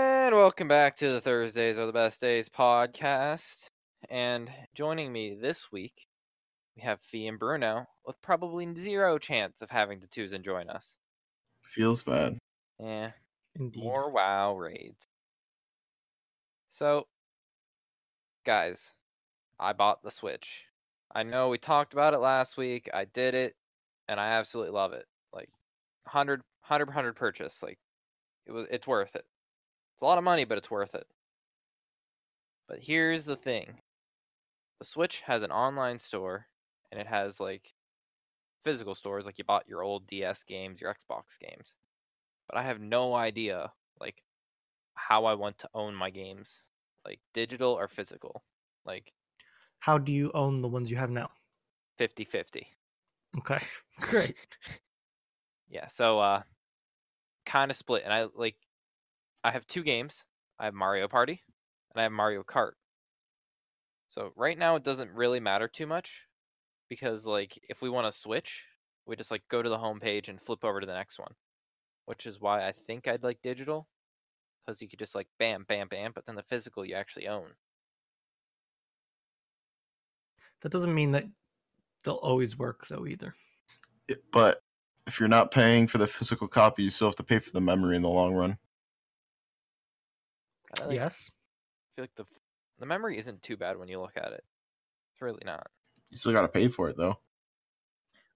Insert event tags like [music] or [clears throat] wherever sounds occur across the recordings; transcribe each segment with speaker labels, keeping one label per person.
Speaker 1: Welcome back to the Thursdays are the best days podcast. And joining me this week, we have Fee and Bruno with probably zero chance of having the twos and join us. Eh,
Speaker 2: Feels bad.
Speaker 1: Yeah,
Speaker 3: Indeed.
Speaker 1: more WoW raids. So, guys, I bought the Switch. I know we talked about it last week. I did it, and I absolutely love it. Like, 100, 100, 100 purchase. Like, it was, it's worth it. It's a lot of money, but it's worth it. But here's the thing the Switch has an online store, and it has like physical stores, like you bought your old DS games, your Xbox games. But I have no idea, like, how I want to own my games, like digital or physical, like
Speaker 3: How do you own the ones you have now? [laughs]
Speaker 1: 50 50.
Speaker 3: Okay. Great.
Speaker 1: Yeah, so uh kind of split and I like I have two games. I have Mario Party and I have Mario Kart. So right now it doesn't really matter too much because like if we want to switch, we just like go to the home page and flip over to the next one. Which is why I think I'd like digital cuz you could just like bam bam bam but then the physical you actually own.
Speaker 3: [laughs] That doesn't mean that they'll always work though either.
Speaker 2: It- but if you're not paying for the physical copy, you still have to pay for the memory in the long run.
Speaker 1: I like-
Speaker 3: yes.
Speaker 1: I feel like the f- the memory isn't too bad when you look at it. It's really not.
Speaker 2: You still got to pay for it though,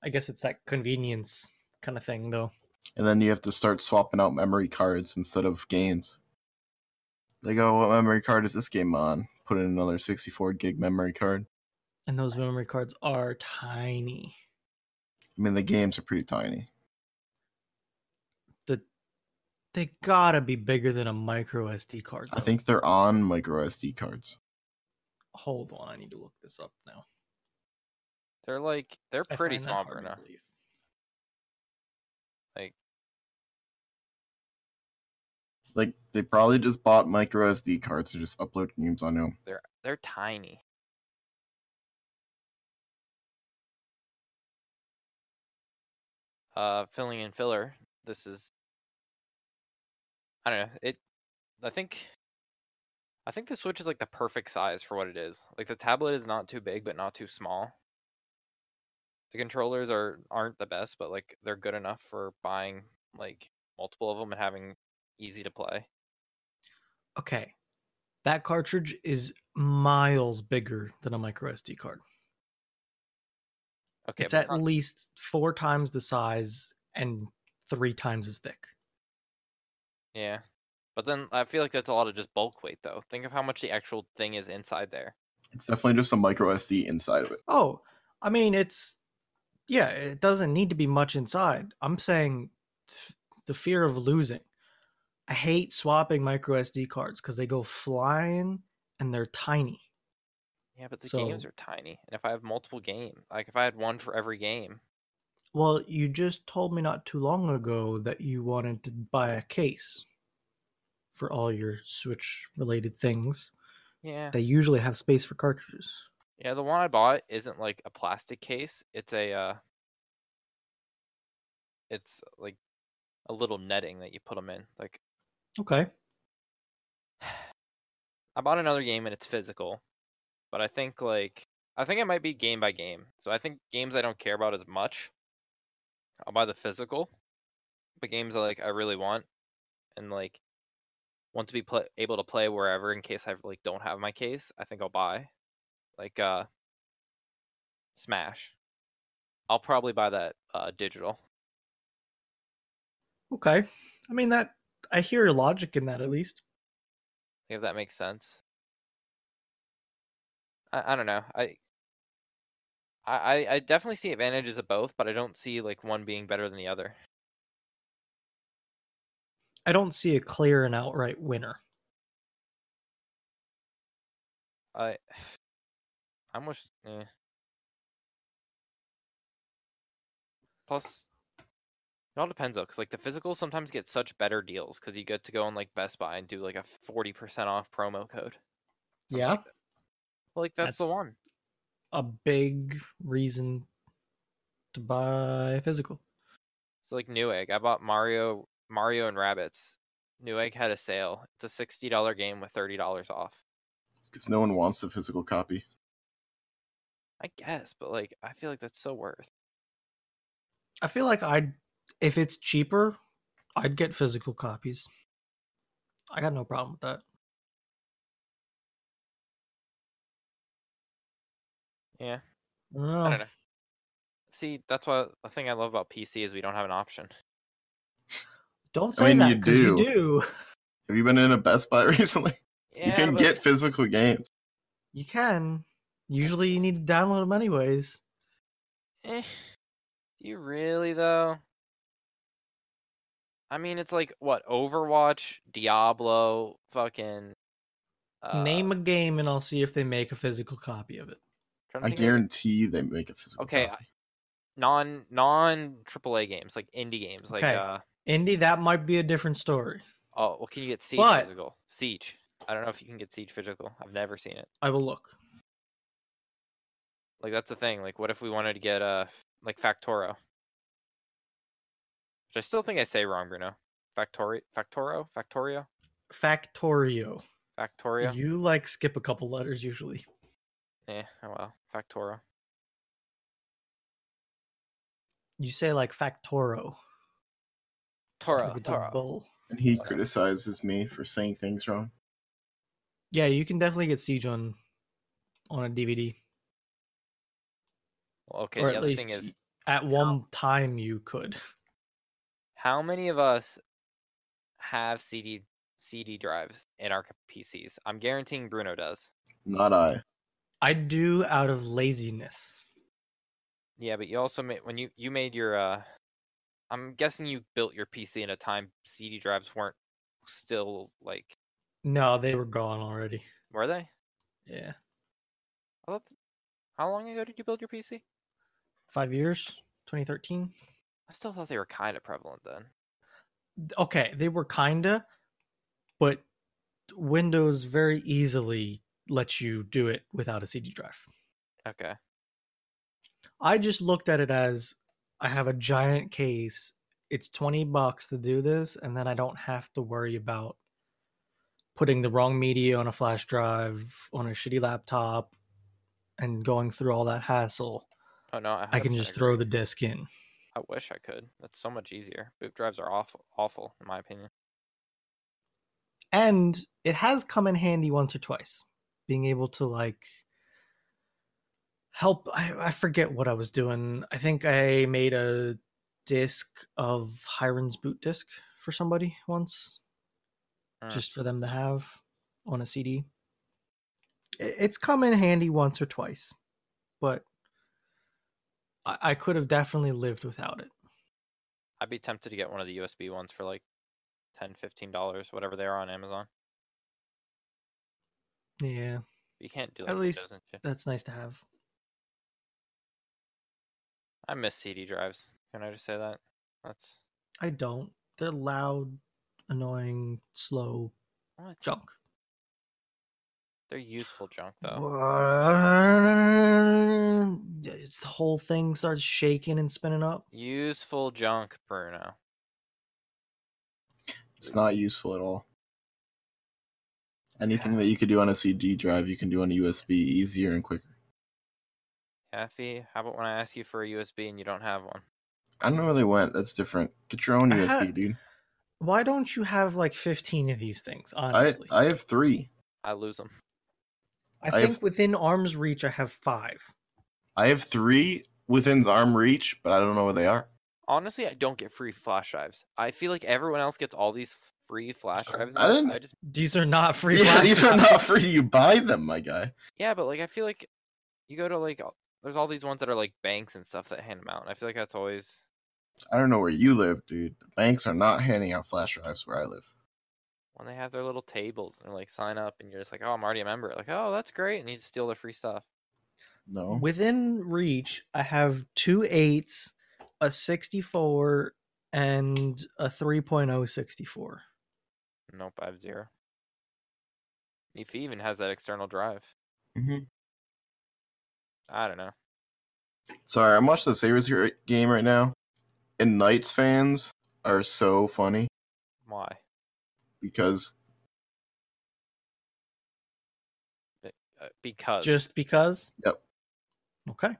Speaker 3: I guess it's that convenience kind of thing though.
Speaker 2: and then you have to start swapping out memory cards instead of games. Like, oh, what memory card is this game on? Put in another 64 gig memory card.
Speaker 3: And those memory cards are tiny.
Speaker 2: I mean, the games are pretty tiny.
Speaker 3: They gotta be bigger than a micro SD card.
Speaker 2: I
Speaker 3: though.
Speaker 2: think they're on micro SD cards.
Speaker 3: Hold on, I need to look this up now.
Speaker 1: They're like they're
Speaker 3: I
Speaker 1: pretty
Speaker 3: find that
Speaker 1: small,
Speaker 3: hard to
Speaker 1: Bruno.
Speaker 3: believe.
Speaker 2: Like, they probably just bought micro SD cards and just upload games on them.
Speaker 1: They're they're tiny. Uh, filling in filler. This is. I don't know. It. I think. I think the Switch is like the perfect size for what it is. Like the tablet is not too big, but not too small. The controllers are aren't the best, but like they're good enough for buying like multiple of them and having easy to play.
Speaker 3: Okay. That cartridge is miles bigger than a micro SD card.
Speaker 1: Okay,
Speaker 3: it's
Speaker 1: but
Speaker 3: at
Speaker 1: it's not-
Speaker 3: least four times the size and three times as thick.
Speaker 1: Yeah. But then I feel like that's a lot of just bulk weight though. Think of how much the actual thing is inside there.
Speaker 2: It's definitely just a micro SD inside of it.
Speaker 3: Oh, I mean, it's yeah, it doesn't need to be much inside. I'm saying th- the fear of losing. I hate swapping micro SD cards because they go flying and they're tiny.
Speaker 1: Yeah, but the games
Speaker 3: So-
Speaker 1: are tiny. And if I have multiple games, like if I had one for every game,
Speaker 3: Well, you just told me not too long ago that you wanted to buy a case for all your Switch related things.
Speaker 1: yeah.
Speaker 3: They usually have space for cartridges.
Speaker 1: Yeah, the one I bought isn't like a plastic case. It's a uh it's like a little netting that you put them in. Like
Speaker 3: Okay.
Speaker 1: I bought another game and it's physical, but I think like I think it might be game by game. So I think games I don't care about as much, I'll buy the physical, but games I like I really want and like want to be pla able to play wherever in case I like don't have my case. I think I'll buy like uh Smash. I'll probably buy that uh digital.
Speaker 3: Okay. I mean that I hear your logic in that at least.
Speaker 1: If that makes sense. I, I don't know. I, I I- I definitely see advantages of both, but I don't see like one being better than the other.
Speaker 3: I don't see a clear and outright winner.
Speaker 1: I [sighs] I'm wish eh. Plus it all depends though, because like the physicals sometimes get such better deals because you get to go on like Best Buy and do like a forty percent off promo code. something
Speaker 3: Yeah.
Speaker 1: like that. Well, like that's the
Speaker 3: That's-
Speaker 1: one.
Speaker 3: A big reason to buy physical.
Speaker 1: So like Newegg, I bought Mario Mario and Rabbits Newegg had a sale. It's a sixty dollar game with thirty dollars off.
Speaker 2: because no one wants the physical copy.
Speaker 1: I guess, but like I feel like that's so worth.
Speaker 3: I feel like I'd if it's cheaper, I'd get physical copies. I got no problem with that.
Speaker 1: Yeah.
Speaker 3: I don't
Speaker 2: Oh.
Speaker 3: know.
Speaker 1: I don't know. See, that's why the thing I love about PC is we don't have an option.
Speaker 3: Don't
Speaker 2: I
Speaker 3: say
Speaker 2: mean,
Speaker 3: that
Speaker 2: you
Speaker 3: 'cause you
Speaker 2: do.
Speaker 3: do.
Speaker 2: Have you been in a Best Buy [laughs] recently? you
Speaker 1: Yeah,
Speaker 2: can
Speaker 1: but-
Speaker 2: get physical games.
Speaker 3: You can. Usually, you need to download them anyways.
Speaker 1: Eh, do you really though? I mean, it's like what Overwatch, Diablo, fucking. Uh,
Speaker 3: Name a game, and I'll see if they make a physical copy of it.
Speaker 1: trying to
Speaker 2: I
Speaker 1: think of-
Speaker 2: guarantee they make a physical.
Speaker 1: Okay,
Speaker 2: copy.
Speaker 1: non non AAA games like indie games like
Speaker 3: Okay.
Speaker 1: uh
Speaker 3: Indie, that might be a different story.
Speaker 1: oh well can you get Siege
Speaker 3: But-
Speaker 1: physical Siege I don't know if you can get Siege physical I've never seen it
Speaker 3: I will look.
Speaker 1: like that's the thing like what if we wanted to get uh f- like Factoro which I still think I say wrong Bruno Factori Factoro Factorio
Speaker 3: Factorio.
Speaker 1: Factorio
Speaker 3: You like skip a couple letters usually.
Speaker 1: yeah oh well Factoro
Speaker 3: You say like Factoro.
Speaker 1: Toro
Speaker 3: like it's a
Speaker 1: Toro
Speaker 3: bull.
Speaker 2: And he
Speaker 1: Uh,
Speaker 2: criticizes me for saying things wrong.
Speaker 3: Yeah, you can definitely get Siege on on a DVD.
Speaker 1: well, okay
Speaker 3: or
Speaker 1: the
Speaker 3: at
Speaker 1: other
Speaker 3: least
Speaker 1: thing is
Speaker 3: y- at one time you could.
Speaker 1: how many of us have CD CD drives in our c- PCs I'm guaranteeing Bruno does
Speaker 2: Not I.
Speaker 3: I do out of laziness.
Speaker 1: Yeah, but you also made when you you made your uh I'm guessing you built your PC in a time CD drives weren't still like
Speaker 3: No, they were gone already.
Speaker 1: were they?
Speaker 3: Yeah.
Speaker 1: I thought th- how long ago did you build your PC?
Speaker 3: Five years? 2013?
Speaker 1: I still thought they were kind of prevalent then.
Speaker 3: okay, they were kinda, but Windows very easily lets you do it without a CD drive.
Speaker 1: Okay.
Speaker 3: I just looked at it as I have a giant case. It's 20 bucks to do this, and then I don't have to worry about putting the wrong media on a flash drive on a shitty laptop and going through all that hassle.
Speaker 1: Oh no, I,
Speaker 3: I can
Speaker 1: 100%
Speaker 3: just
Speaker 1: agree.
Speaker 3: throw the disk in.
Speaker 1: I wish I could. That's so much easier. Boot drives are awful, awful in my opinion.
Speaker 3: And it has come in handy once or twice, being able to like help. I, I forget what I was doing. I think I made a disk of Hiron's boot disk for somebody once.
Speaker 1: Mm.
Speaker 3: just for them to have on a CD. I- It's come in handy once or twice, but I, I could have definitely lived without it.
Speaker 1: I'd be tempted to get one of the USB ones for like 10 15 dollars whatever they are on Amazon.
Speaker 3: Yeah,
Speaker 1: You can't do
Speaker 3: At
Speaker 1: like
Speaker 3: least-
Speaker 1: Windows and shit.
Speaker 3: that's nice to have.
Speaker 1: I miss CD drives. Can I just say that? That's
Speaker 3: I don't. They're loud, annoying, slow
Speaker 1: what?
Speaker 3: junk.
Speaker 1: They're useful junk though.
Speaker 2: Oh.
Speaker 3: [laughs] It's the whole thing starts shaking and spinning up.
Speaker 1: Useful junk, Bruno.
Speaker 2: It's not useful at all. Anything that you could do on a CD drive, you can do on a USB easier and quicker.
Speaker 1: Effie, how about when I ask you for a USB and you don't have one?
Speaker 2: I don't know where they went. That's different. Get your own
Speaker 3: I
Speaker 2: USB,
Speaker 3: had-
Speaker 2: dude.
Speaker 3: Why don't you have like 15 of these things,
Speaker 2: I
Speaker 3: honestly?
Speaker 2: I have three.
Speaker 1: I lose them.
Speaker 3: I
Speaker 2: I have-
Speaker 3: think within arm's reach, I have five.
Speaker 2: I have three within arm reach, but I don't know where they are.
Speaker 1: Honestly, I don't get free flash drives. I feel like everyone else gets all these free flash drives. and
Speaker 2: I
Speaker 1: stuff,
Speaker 2: didn't-
Speaker 1: I just
Speaker 3: These are not
Speaker 2: [laughs]
Speaker 3: free.
Speaker 2: yeah,
Speaker 3: flash
Speaker 2: these are not
Speaker 3: drives.
Speaker 2: free. You buy them, my guy.
Speaker 1: yeah, but like I feel like you go to like all- there's all these ones that are like banks and stuff that hand them out, and I feel like that's always
Speaker 2: I don't know where you live, dude. but banks are not handing out flash drives where I live.
Speaker 1: when they have their little tables and they're like sign up, and you're just like, oh, I'm already a member. Like, oh, that's great, and you just steal their free stuff.
Speaker 2: No.
Speaker 3: Within reach, I have two eights, a 64, and a 3.0 64.
Speaker 1: Nope, I have zero. If he even has that external drive,
Speaker 2: hmm
Speaker 1: I don't know.
Speaker 2: Sorry, I'm watching the Sabres here- game right now, and Knights fans are so funny
Speaker 1: Why?
Speaker 2: because
Speaker 1: uh, because
Speaker 3: just because.
Speaker 2: Yep.
Speaker 3: Okay.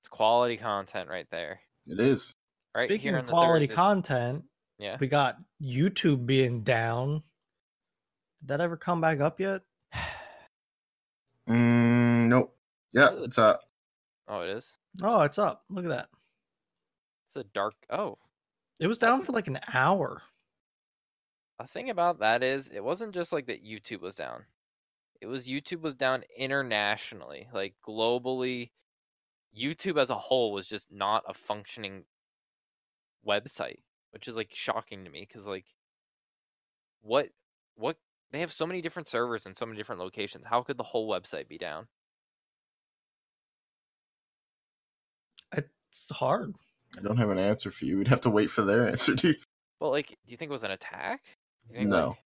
Speaker 1: it's quality content right there.
Speaker 2: it is.
Speaker 1: Right
Speaker 3: Speaking
Speaker 1: here
Speaker 3: of
Speaker 1: in
Speaker 3: quality
Speaker 1: the third,
Speaker 3: content,
Speaker 1: Yeah.
Speaker 3: we got YouTube being down. Did that ever come back up yet?
Speaker 2: Mm, nope. Yeah,
Speaker 1: Good.
Speaker 2: it's uh,
Speaker 1: Oh, it is.
Speaker 3: Oh, it's up. Look at that.
Speaker 1: It's a dark. Oh,
Speaker 3: It was
Speaker 1: That's
Speaker 3: down
Speaker 1: a-
Speaker 3: for like an hour.
Speaker 1: the thing about that is it wasn't just like that YouTube was down. It was YouTube was down internationally, like globally. YouTube as a whole was just not a functioning website, which is like shocking to me cuz like what what they have so many different servers in so many different locations. How could the whole website be down?
Speaker 3: It's hard.
Speaker 2: I don't have an answer for you. We'd have to wait for their [laughs] answer, dude.
Speaker 1: Well, like do you think it was an attack? Do you think,
Speaker 2: No.
Speaker 1: like-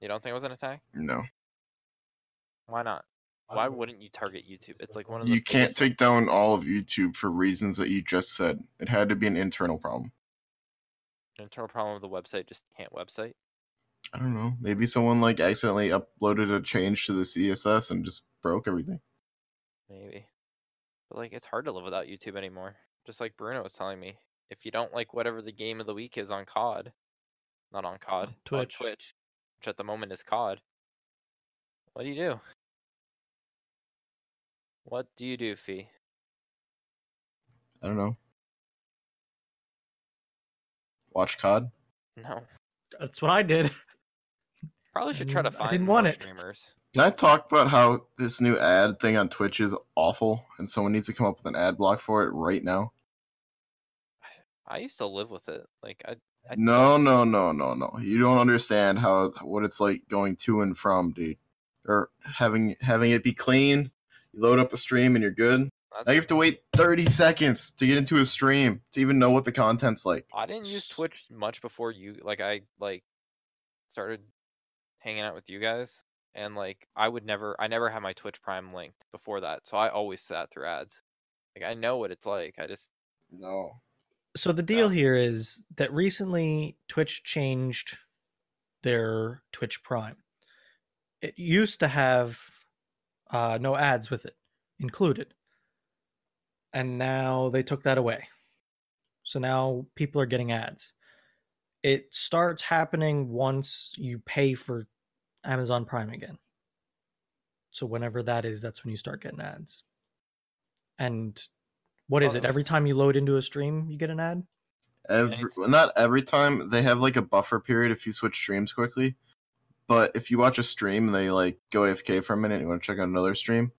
Speaker 1: you don't think it was an attack?
Speaker 2: No,
Speaker 1: Why not? Why wouldn't you target YouTube? It's like one of the
Speaker 2: you can't
Speaker 1: biggest-
Speaker 2: take down all of YouTube for reasons that you just said. It had to be an internal problem.
Speaker 1: internal problem of the website just can't website.
Speaker 2: I don't know. Maybe someone like accidentally uploaded a change to the CSS and just broke everything.
Speaker 1: Maybe. But like it's hard to live without YouTube anymore. Just like Bruno was telling me. If you don't like whatever the game of the week is on COD, not on COD, on
Speaker 3: Twitch.
Speaker 1: Twitch, which at the moment is COD. What do you do? What do you do, Fee?
Speaker 2: I don't know. Watch COD.
Speaker 1: No.
Speaker 3: That's what I did. [laughs]
Speaker 1: Probably should try to
Speaker 3: Mm, I
Speaker 1: find
Speaker 3: didn't
Speaker 1: more
Speaker 3: want it.
Speaker 1: streamers.
Speaker 2: Can I talk about how this new ad thing on Twitch is awful and someone needs to come up with an ad block for it right now?
Speaker 1: I used to live with it. Like I I-
Speaker 2: No, no, no, no, no. You don't understand how what it's like going to and from, dude. Or having having it be clean. You load up a stream and you're good.
Speaker 1: that's-
Speaker 2: Now you have to wait 30 seconds to get into a stream to even know what the content's like.
Speaker 1: I didn't use Twitch much before you like I like started hanging out with you guys and like I would never I never had my Twitch Prime linked before that. So I always sat through ads. Like I know what it's like. I just
Speaker 2: No.
Speaker 3: So the deal here is that recently Twitch changed their Twitch Prime. It used to have uh, no ads with it included, and now they took that away. So now people are getting ads. It starts happening once you pay for Amazon Prime again. So whenever that is, that's when you start getting ads. And what
Speaker 1: Oh,
Speaker 3: is
Speaker 1: that
Speaker 3: it?
Speaker 1: was-
Speaker 3: Every time you load into a stream, you get an ad.
Speaker 2: Every, well, not every time. They have like a buffer period if you switch streams quickly. But if you watch a stream and they like go AFK for a minute and you want to check out another stream,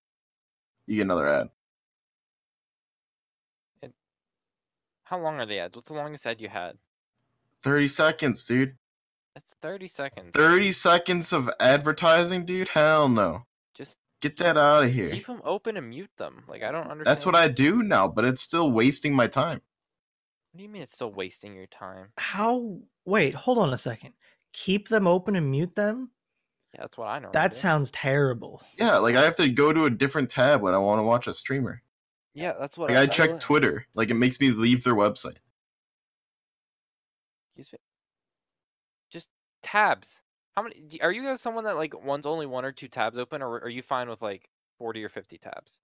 Speaker 2: you get another ad.
Speaker 1: how long are the ads? What's the longest ad you had?
Speaker 2: 30 seconds, dude.
Speaker 1: That's thirty seconds.
Speaker 2: 30 seconds of advertising, dude? Hell no.
Speaker 1: Just
Speaker 2: Get that out of here.
Speaker 1: keep them open and mute them. Like I don't understand.
Speaker 2: That's what I do now, but it's still wasting my time.
Speaker 1: What do you mean it's still wasting your time?
Speaker 3: How? Wait, hold on a second. Keep them open and mute them.
Speaker 1: Yeah, that's what I know.
Speaker 3: That sounds terrible.
Speaker 2: Yeah, like I have to go to a different tab when I want to watch a streamer.
Speaker 1: Yeah, that's what
Speaker 2: Like I
Speaker 1: that's
Speaker 2: check
Speaker 1: what-
Speaker 2: Twitter. Like it makes me leave their website.
Speaker 1: Excuse me. Just tabs. How many d- are you guys someone that like wants only one or two tabs open or are you fine with like 40 or 50 tabs?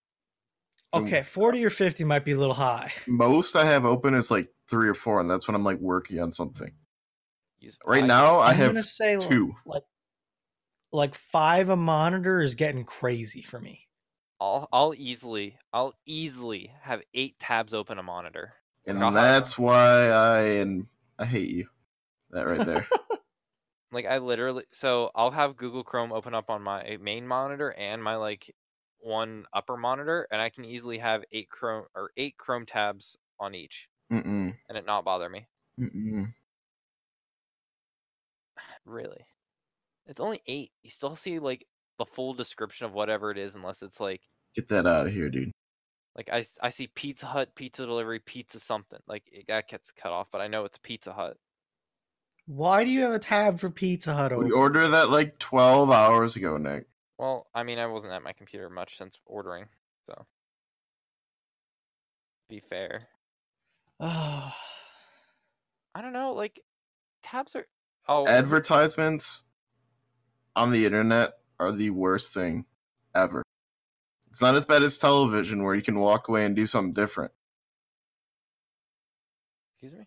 Speaker 2: Mm.
Speaker 3: Okay, forty or fifty might be a little high.
Speaker 2: Most I have open is like three or four, and that's when I'm like working on something.
Speaker 1: Use-
Speaker 2: Right
Speaker 1: I-
Speaker 2: now, I
Speaker 3: I'm gonna
Speaker 2: have
Speaker 3: say like-
Speaker 2: two.
Speaker 3: Like, like five a monitor is getting crazy for me.
Speaker 1: I'll I'll easily I'll easily have 8 tabs open a monitor.
Speaker 2: and
Speaker 1: I'll have-
Speaker 2: that's why I and I hate you. That right
Speaker 3: [laughs]
Speaker 2: there.
Speaker 1: Like I literally so I'll have Google Chrome open up on my main monitor and my like one upper monitor and I can easily have 8 Chrome or 8 Chrome tabs on each
Speaker 2: mm-mm,
Speaker 1: and it not bother me.
Speaker 2: mm-mm.
Speaker 1: Really? It's only 8. You still see like the full description of whatever it is unless it's like
Speaker 2: Get that out of here, dude.
Speaker 1: Like I, s- I see Pizza Hut, pizza delivery, pizza something. Like it, that gets cut off, but I know it's Pizza Hut.
Speaker 3: Why do you have a tab for Pizza Hut?
Speaker 2: We
Speaker 3: open?
Speaker 2: ordered that like twelve hours ago, Nick.
Speaker 1: Well, I mean, I wasn't at my computer much since ordering, so be fair.
Speaker 3: Ah,
Speaker 1: I don't know. Like tabs are. Oh,
Speaker 2: Advertisements on the internet are the worst thing ever. It's not as bad as television where you can walk away and do something different.
Speaker 1: Excuse me.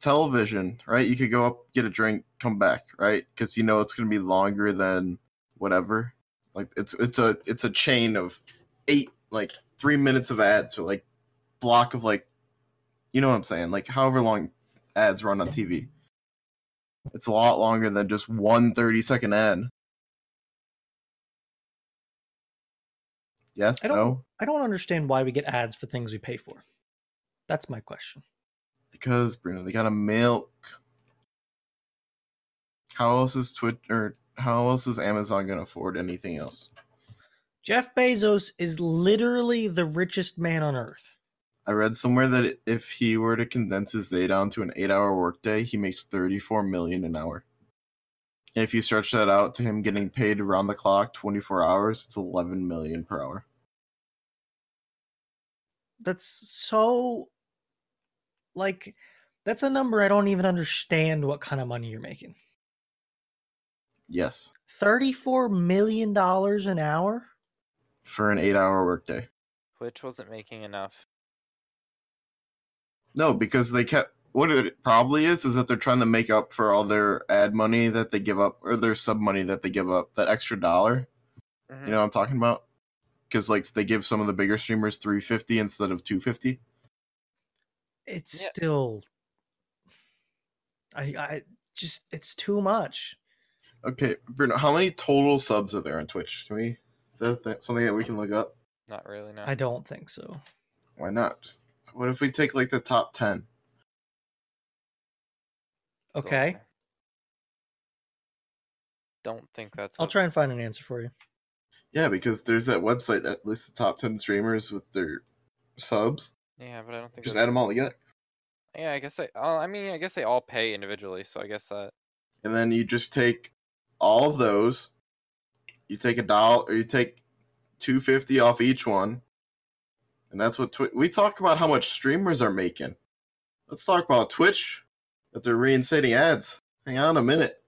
Speaker 2: Television, right? You could go up, get a drink, come back, right? Because you know it's going to be longer than whatever. Like it's it's a it's a chain of eight like three minutes of ads or like block of like you know what I'm saying? Like however long ads run on TV. It's a lot longer than just one 30 second ad. Yes,
Speaker 3: I don't-
Speaker 2: no,
Speaker 3: [sighs] I don't understand why we get ads for things we pay for. That's my question.
Speaker 2: because Bruno, they gotta milk. How else is Twitter? How else is Amazon gonna afford anything else?
Speaker 3: Jeff Bezos is literally the richest man on earth.
Speaker 2: I read somewhere that if he were to condense his day down to an eight-hour workday, he makes thirty-four million an hour. And if you stretch that out to him getting paid around the clock, twenty-four hours, it's eleven million per hour.
Speaker 3: That's so like that's a number I don't even understand what kind of money you're making.
Speaker 2: Yes,
Speaker 3: 34 million dollars an hour?
Speaker 2: for an eight-hour workday.
Speaker 1: Twitch wasn't making enough.
Speaker 2: No, because they kept what it probably is is that they're trying to make up for all their ad money that they give up or their sub money that they give up, that extra dollar.
Speaker 1: Mhm.
Speaker 2: You know what I'm talking about? Because like they give some of the bigger streamers 350 instead of 250.
Speaker 3: It's
Speaker 1: Yeah.
Speaker 3: still I I just it's too much.
Speaker 2: Okay, Bruno, how many total subs are there on Twitch? Can we? Is that a th- something that we can look up?
Speaker 1: Not really. No.
Speaker 3: I don't think so.
Speaker 2: Why not? Just what if we take like the top 10?
Speaker 1: It's
Speaker 3: Okay.
Speaker 1: Don't think that's.
Speaker 3: I'll
Speaker 1: a-
Speaker 3: try and find an answer for you.
Speaker 2: Yeah, because there's that website that lists the top 10 streamers with their subs.
Speaker 1: Yeah, but I don't think.
Speaker 2: Just
Speaker 1: that's-
Speaker 2: add them all together.
Speaker 1: Yeah, I guess they. Oh, I mean, I guess they all pay individually, so I guess that.
Speaker 2: and then you just take all of those. You take a dollar, or you take two fifty off each one, and that's what Twi- we talk about. How much streamers are making? Let's talk about Twitch that they're reinstating ads. Hang on a minute.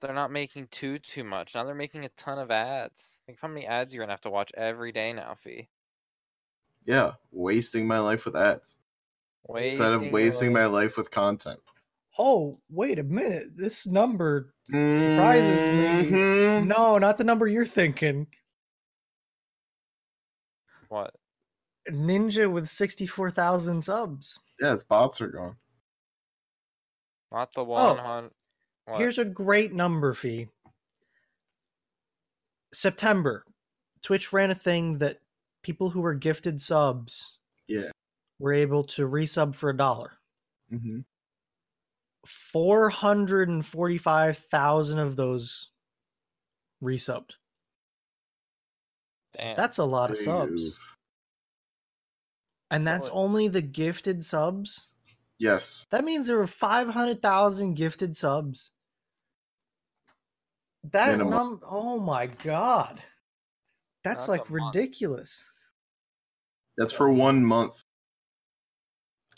Speaker 1: they're not making too too much. Now they're making a ton of ads. Think how many ads you're gonna have to watch every day now, Fee.
Speaker 2: Yeah, wasting my life with ads instead of
Speaker 1: your
Speaker 2: wasting
Speaker 1: life.
Speaker 2: my life with content.
Speaker 3: Oh, wait a minute. This number Surprises me.
Speaker 2: Mhm.
Speaker 3: No, not the number you're thinking.
Speaker 1: what?
Speaker 3: Ninja with 64,000 subs.
Speaker 2: Yes, bots are gone.
Speaker 1: Not
Speaker 2: Oh,
Speaker 1: the one on. What?
Speaker 3: Here's a great number fee. September, Twitch ran a thing that people who were gifted subs
Speaker 2: Yeah.
Speaker 3: were able to resub for a dollar.
Speaker 2: Mm-hmm.
Speaker 3: 445,000 of those resubbed.
Speaker 1: Damn.
Speaker 3: That's a lot of subs. And that's
Speaker 1: Boy.
Speaker 3: only the gifted subs.
Speaker 2: Yes.
Speaker 3: That means there were 500,000 gifted subs. That
Speaker 2: Minimum.
Speaker 3: num- oh my god. That's
Speaker 1: That's
Speaker 3: like
Speaker 1: a month.
Speaker 3: ridiculous.
Speaker 2: That's for one month.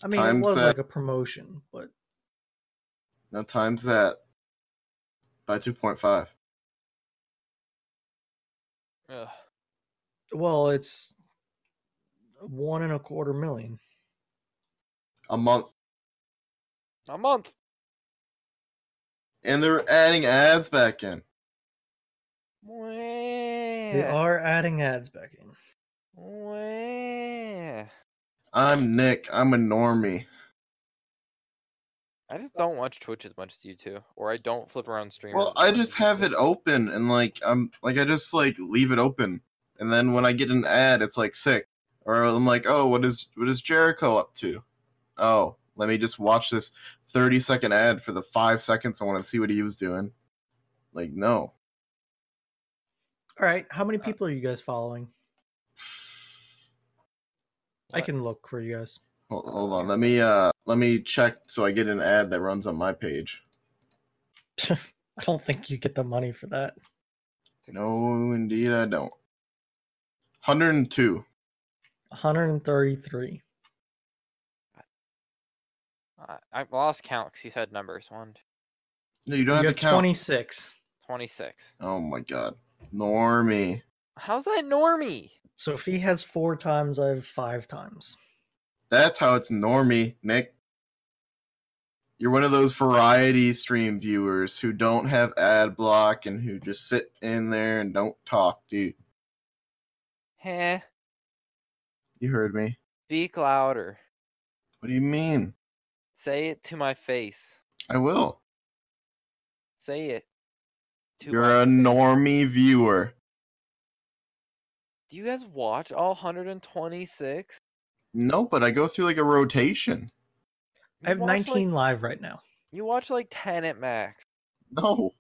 Speaker 3: I mean,
Speaker 2: Times
Speaker 3: it was
Speaker 2: that-
Speaker 3: like a promotion, but
Speaker 2: Now times that by 2.5.
Speaker 1: Ugh.
Speaker 3: well, it's one and a quarter million.
Speaker 2: a month.
Speaker 1: a month.
Speaker 2: And they're adding ads back in.
Speaker 3: They
Speaker 1: Wah.
Speaker 3: are adding ads back in.
Speaker 1: Wah.
Speaker 2: I'm Nick. I'm a normie.
Speaker 1: I just don't watch Twitch as much as you two, or I don't flip around streamers.
Speaker 2: Well,
Speaker 1: as
Speaker 2: I
Speaker 1: much
Speaker 2: just
Speaker 1: as you
Speaker 2: have
Speaker 1: two.
Speaker 2: it open and like I'm like I just like leave it open. And then when I get an ad, it's like sick. Or I'm like, oh, what is what is Jericho up to? Oh, let me just watch this 30 second ad for the five seconds I want to see what he was doing. Like, no.
Speaker 3: All right, how many
Speaker 1: Uh,
Speaker 3: people are you guys following? I
Speaker 1: What?
Speaker 3: can look for you guys.
Speaker 2: Hold, hold on. Let me uh let me check so I get an ad that runs on my page.
Speaker 3: I don't think you get the money for that.
Speaker 1: Six-
Speaker 2: No, indeed I don't. 102.
Speaker 3: 133.
Speaker 1: I, I lost count because you said numbers. One, two,
Speaker 2: No, you don't
Speaker 3: You
Speaker 2: have to
Speaker 3: got
Speaker 2: count.
Speaker 3: 26.
Speaker 1: 26.
Speaker 2: Oh my god, Normie.
Speaker 1: How's that normie?
Speaker 3: Sophie has four times. I have five times.
Speaker 2: That's how it's Normie, Nick. You're one of those variety stream viewers who don't have ad block and who just sit in there and don't talk, dude.
Speaker 1: Heh.
Speaker 2: You heard me.
Speaker 1: Speak louder.
Speaker 2: What do you mean?
Speaker 1: Say it to my face.
Speaker 2: I will.
Speaker 1: Say it. To
Speaker 2: You're
Speaker 1: my
Speaker 2: a
Speaker 1: face.
Speaker 2: normie viewer.
Speaker 1: Do you guys watch all 126?
Speaker 2: No, but I go through like a rotation. [laughs]
Speaker 1: You
Speaker 3: I have
Speaker 1: watch,
Speaker 3: 19
Speaker 1: Like,
Speaker 3: live right now.
Speaker 1: you watch like 10 at max,
Speaker 2: No,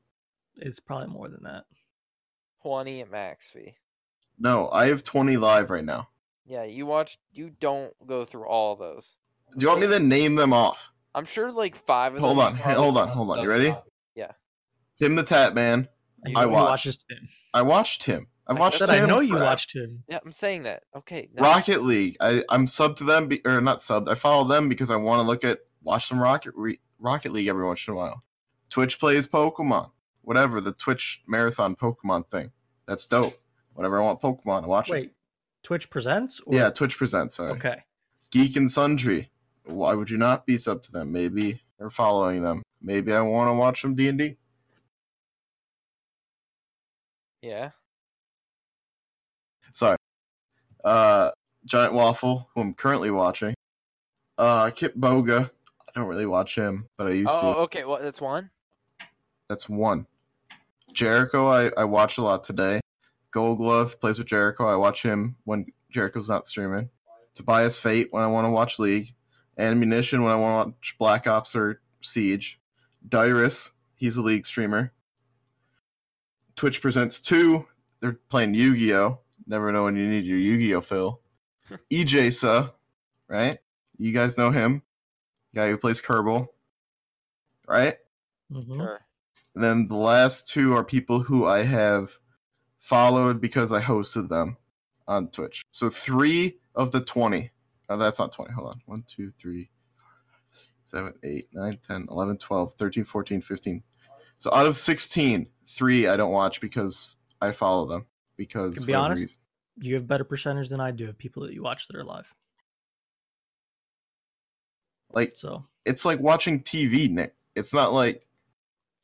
Speaker 3: It's probably more than that.
Speaker 1: 20 at max fee.
Speaker 2: no, I have 20 live right now.
Speaker 1: Yeah, you watch. You don't go through all those.
Speaker 2: Do you want me to name them off?
Speaker 1: I'm sure like five of
Speaker 2: Hold
Speaker 1: them.
Speaker 2: on, hey, hold on, hold on. You ready?
Speaker 1: Yeah.
Speaker 2: Tim the Tap Man.
Speaker 3: And
Speaker 2: I
Speaker 3: you
Speaker 2: watched.
Speaker 3: watches Tim.
Speaker 2: I watched him. I
Speaker 1: I
Speaker 2: watched
Speaker 3: Said
Speaker 2: him.
Speaker 3: I know you
Speaker 2: crap.
Speaker 3: watched him.
Speaker 1: Yeah, I'm saying that. Okay. now-
Speaker 2: Rocket League. I I'm subbed to them be, or not subbed. I follow them because I want to look at watch some Rocket re, Rocket League every once in a while. Twitch plays Pokemon. Whatever the Twitch marathon Pokemon thing. That's dope. Whenever I want Pokemon, I watch it.
Speaker 3: Wait, Twitch presents? Or...
Speaker 2: Yeah, Twitch presents. Sorry.
Speaker 3: Okay.
Speaker 2: Geek and Sundry. Why would you not be sub to them? Maybe they're following them. Maybe I want to watch some D and D.
Speaker 1: Yeah.
Speaker 2: Sorry. Uh, Giant Waffle, who I'm currently watching. Uh, Kip Boga. I don't really watch him, but I used to.
Speaker 1: Oh, okay. Well, that's one.
Speaker 2: That's one. Jericho, I, I watch a lot today. Gold Glove plays with Jericho. I watch him when Jericho's not streaming. Tobias Fate when I want to watch League. Ammunition when I want to watch Black Ops or Siege. Dyrus, he's a League streamer. Twitch Presents 2, they're playing Yu Gi Oh! Never know when you need your Yu Gi Oh! fill. EJSA, right? You guys know him. Guy who plays Kerbal, right? Hmm?
Speaker 3: Mhm.
Speaker 1: Sure.
Speaker 2: And then the last two are people who I have followed because I hosted them on Twitch. So three of the 20. Oh, that's not 20. Hold on. 1, 2, 3, 7, 8, 9, 10, 11, 12, 13, 14, 15. So out of 16, three I don't watch because I follow them. Because
Speaker 3: Can be
Speaker 2: whatever
Speaker 3: honest?
Speaker 2: reason-
Speaker 3: You have better percentage than I do of people that you watch that are live.
Speaker 2: like
Speaker 3: So,
Speaker 2: it's like watching TV, Nick. It's not like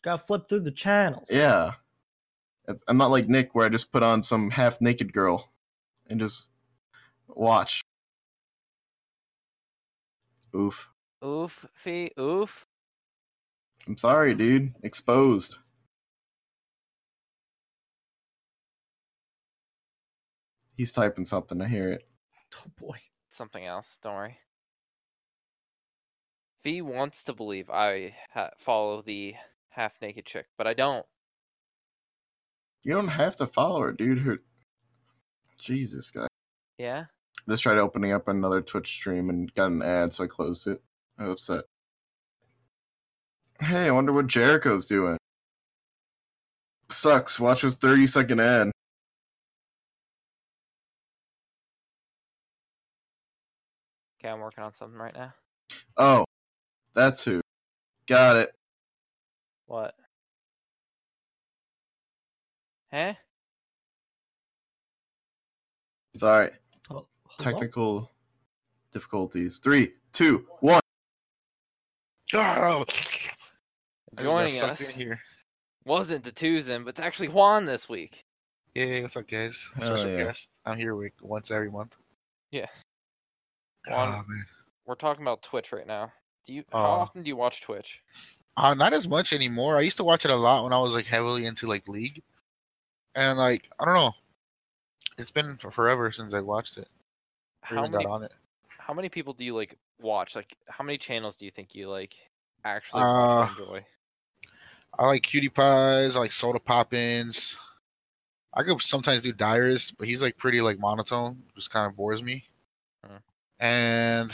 Speaker 3: gotta flip through the channels.
Speaker 2: yeah. It's, I'm not like Nick where I just put on some half naked girl and just watch. Oof.
Speaker 1: Oof. Fee. Oof.
Speaker 2: I'm sorry, dude. Exposed. He's typing something. I hear it.
Speaker 3: Oh boy.
Speaker 1: Something else. Don't worry. Fee wants to believe I ha- follow the half naked chick, but I don't.
Speaker 2: You don't have to follow her, dude. Her... Jesus, guy.
Speaker 1: Yeah.
Speaker 2: I just tried opening up another Twitch stream and got an ad, so I closed it. I'm upset. Hey, I wonder what Jericho's doing. Sucks. Watch his 30 second ad.
Speaker 1: Okay, I'm working on something right now.
Speaker 2: Oh, that's who. Got it.
Speaker 1: What? Huh?
Speaker 2: Sorry.
Speaker 3: Oh, hold on.
Speaker 2: Technical difficulties. Three, two, one.
Speaker 4: Oh,
Speaker 1: Joining us
Speaker 4: here.
Speaker 1: wasn't Tatuzen, but it's actually Juan this week.
Speaker 4: Yay, what's up, guys?
Speaker 2: Hell
Speaker 4: Special
Speaker 2: yeah.
Speaker 4: guest. I'm here week once every month.
Speaker 1: Yeah.
Speaker 4: Oh,
Speaker 1: Juan-
Speaker 4: man.
Speaker 1: We're talking about Twitch right now. Do you?
Speaker 4: Aw.
Speaker 1: How often do you watch Twitch?
Speaker 4: Uh, not as much anymore. I used to watch it a lot when I was like heavily into like League, and like I don't know. It's been for forever since I watched it. or
Speaker 1: How
Speaker 4: even
Speaker 1: many?
Speaker 4: got on it?
Speaker 1: How many people do you like watch? Like, how many channels do you think you like actually watch and enjoy?
Speaker 4: I like Cutie Pies. I like Soda Poppins. I could sometimes do Dyrus, but he's like pretty like monotone, which kind of bores me.
Speaker 1: Mhm.
Speaker 4: And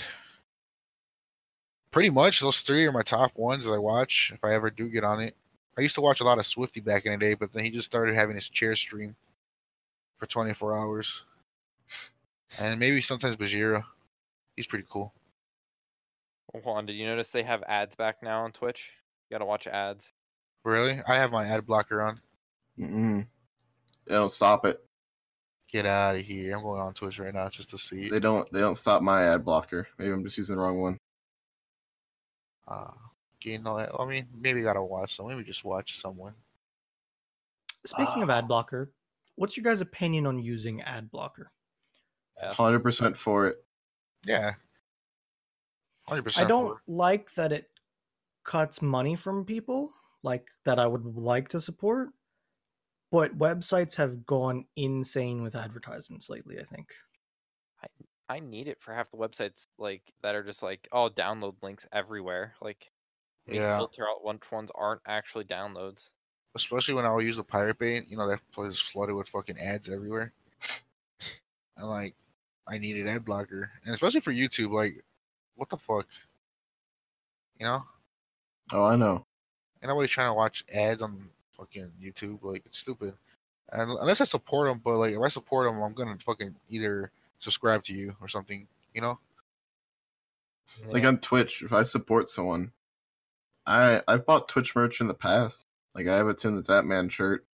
Speaker 4: pretty much those three are my top ones that I watch if I ever do get on it. I used to watch a lot of Swifty back in the day, but then he just started having his chair stream for 24 hours. And maybe sometimes Bajira. He's pretty cool.
Speaker 1: Juan, did you notice they have ads back now on Twitch? You gotta watch ads.
Speaker 4: Really? I have my ad blocker on.
Speaker 2: Mm-mm. They don't stop it.
Speaker 4: Get out of here. I'm going on Twitch right now just to see.
Speaker 2: They don't. They don't stop my ad blocker. Maybe I'm just using the wrong one.
Speaker 4: Uh, you know, I mean, maybe I gotta watch someone. Maybe just watch someone.
Speaker 3: Speaking of ad blocker, what's your guys' opinion on using ad blocker?
Speaker 1: Yes.
Speaker 2: Hundred percent for it.
Speaker 4: Yeah. 100%.
Speaker 3: I don't
Speaker 4: for-
Speaker 3: like that it cuts money from people like that I would like to support, but websites have gone insane with advertisements lately, I think.
Speaker 1: I need it for half the websites like that are just like oh download links everywhere. Like we
Speaker 4: Yeah.
Speaker 1: filter out which ones aren't actually downloads.
Speaker 4: Especially when I would use the Pirate Bay. You know, that place is flooded with fucking ads everywhere. I'm like, I needed ad blocker. And especially for YouTube, like, what the fuck? You know?
Speaker 2: Oh, I know.
Speaker 4: Ain't nobody trying to watch ads on fucking YouTube. Like it's stupid. And unless I support them, but like if I support them, I'm gonna fucking either subscribe to you or something. You know?
Speaker 2: Like uh on Twitch, if I support someone, I I've bought Twitch merch in the past. Like I have a Tim the Tap Man shirt,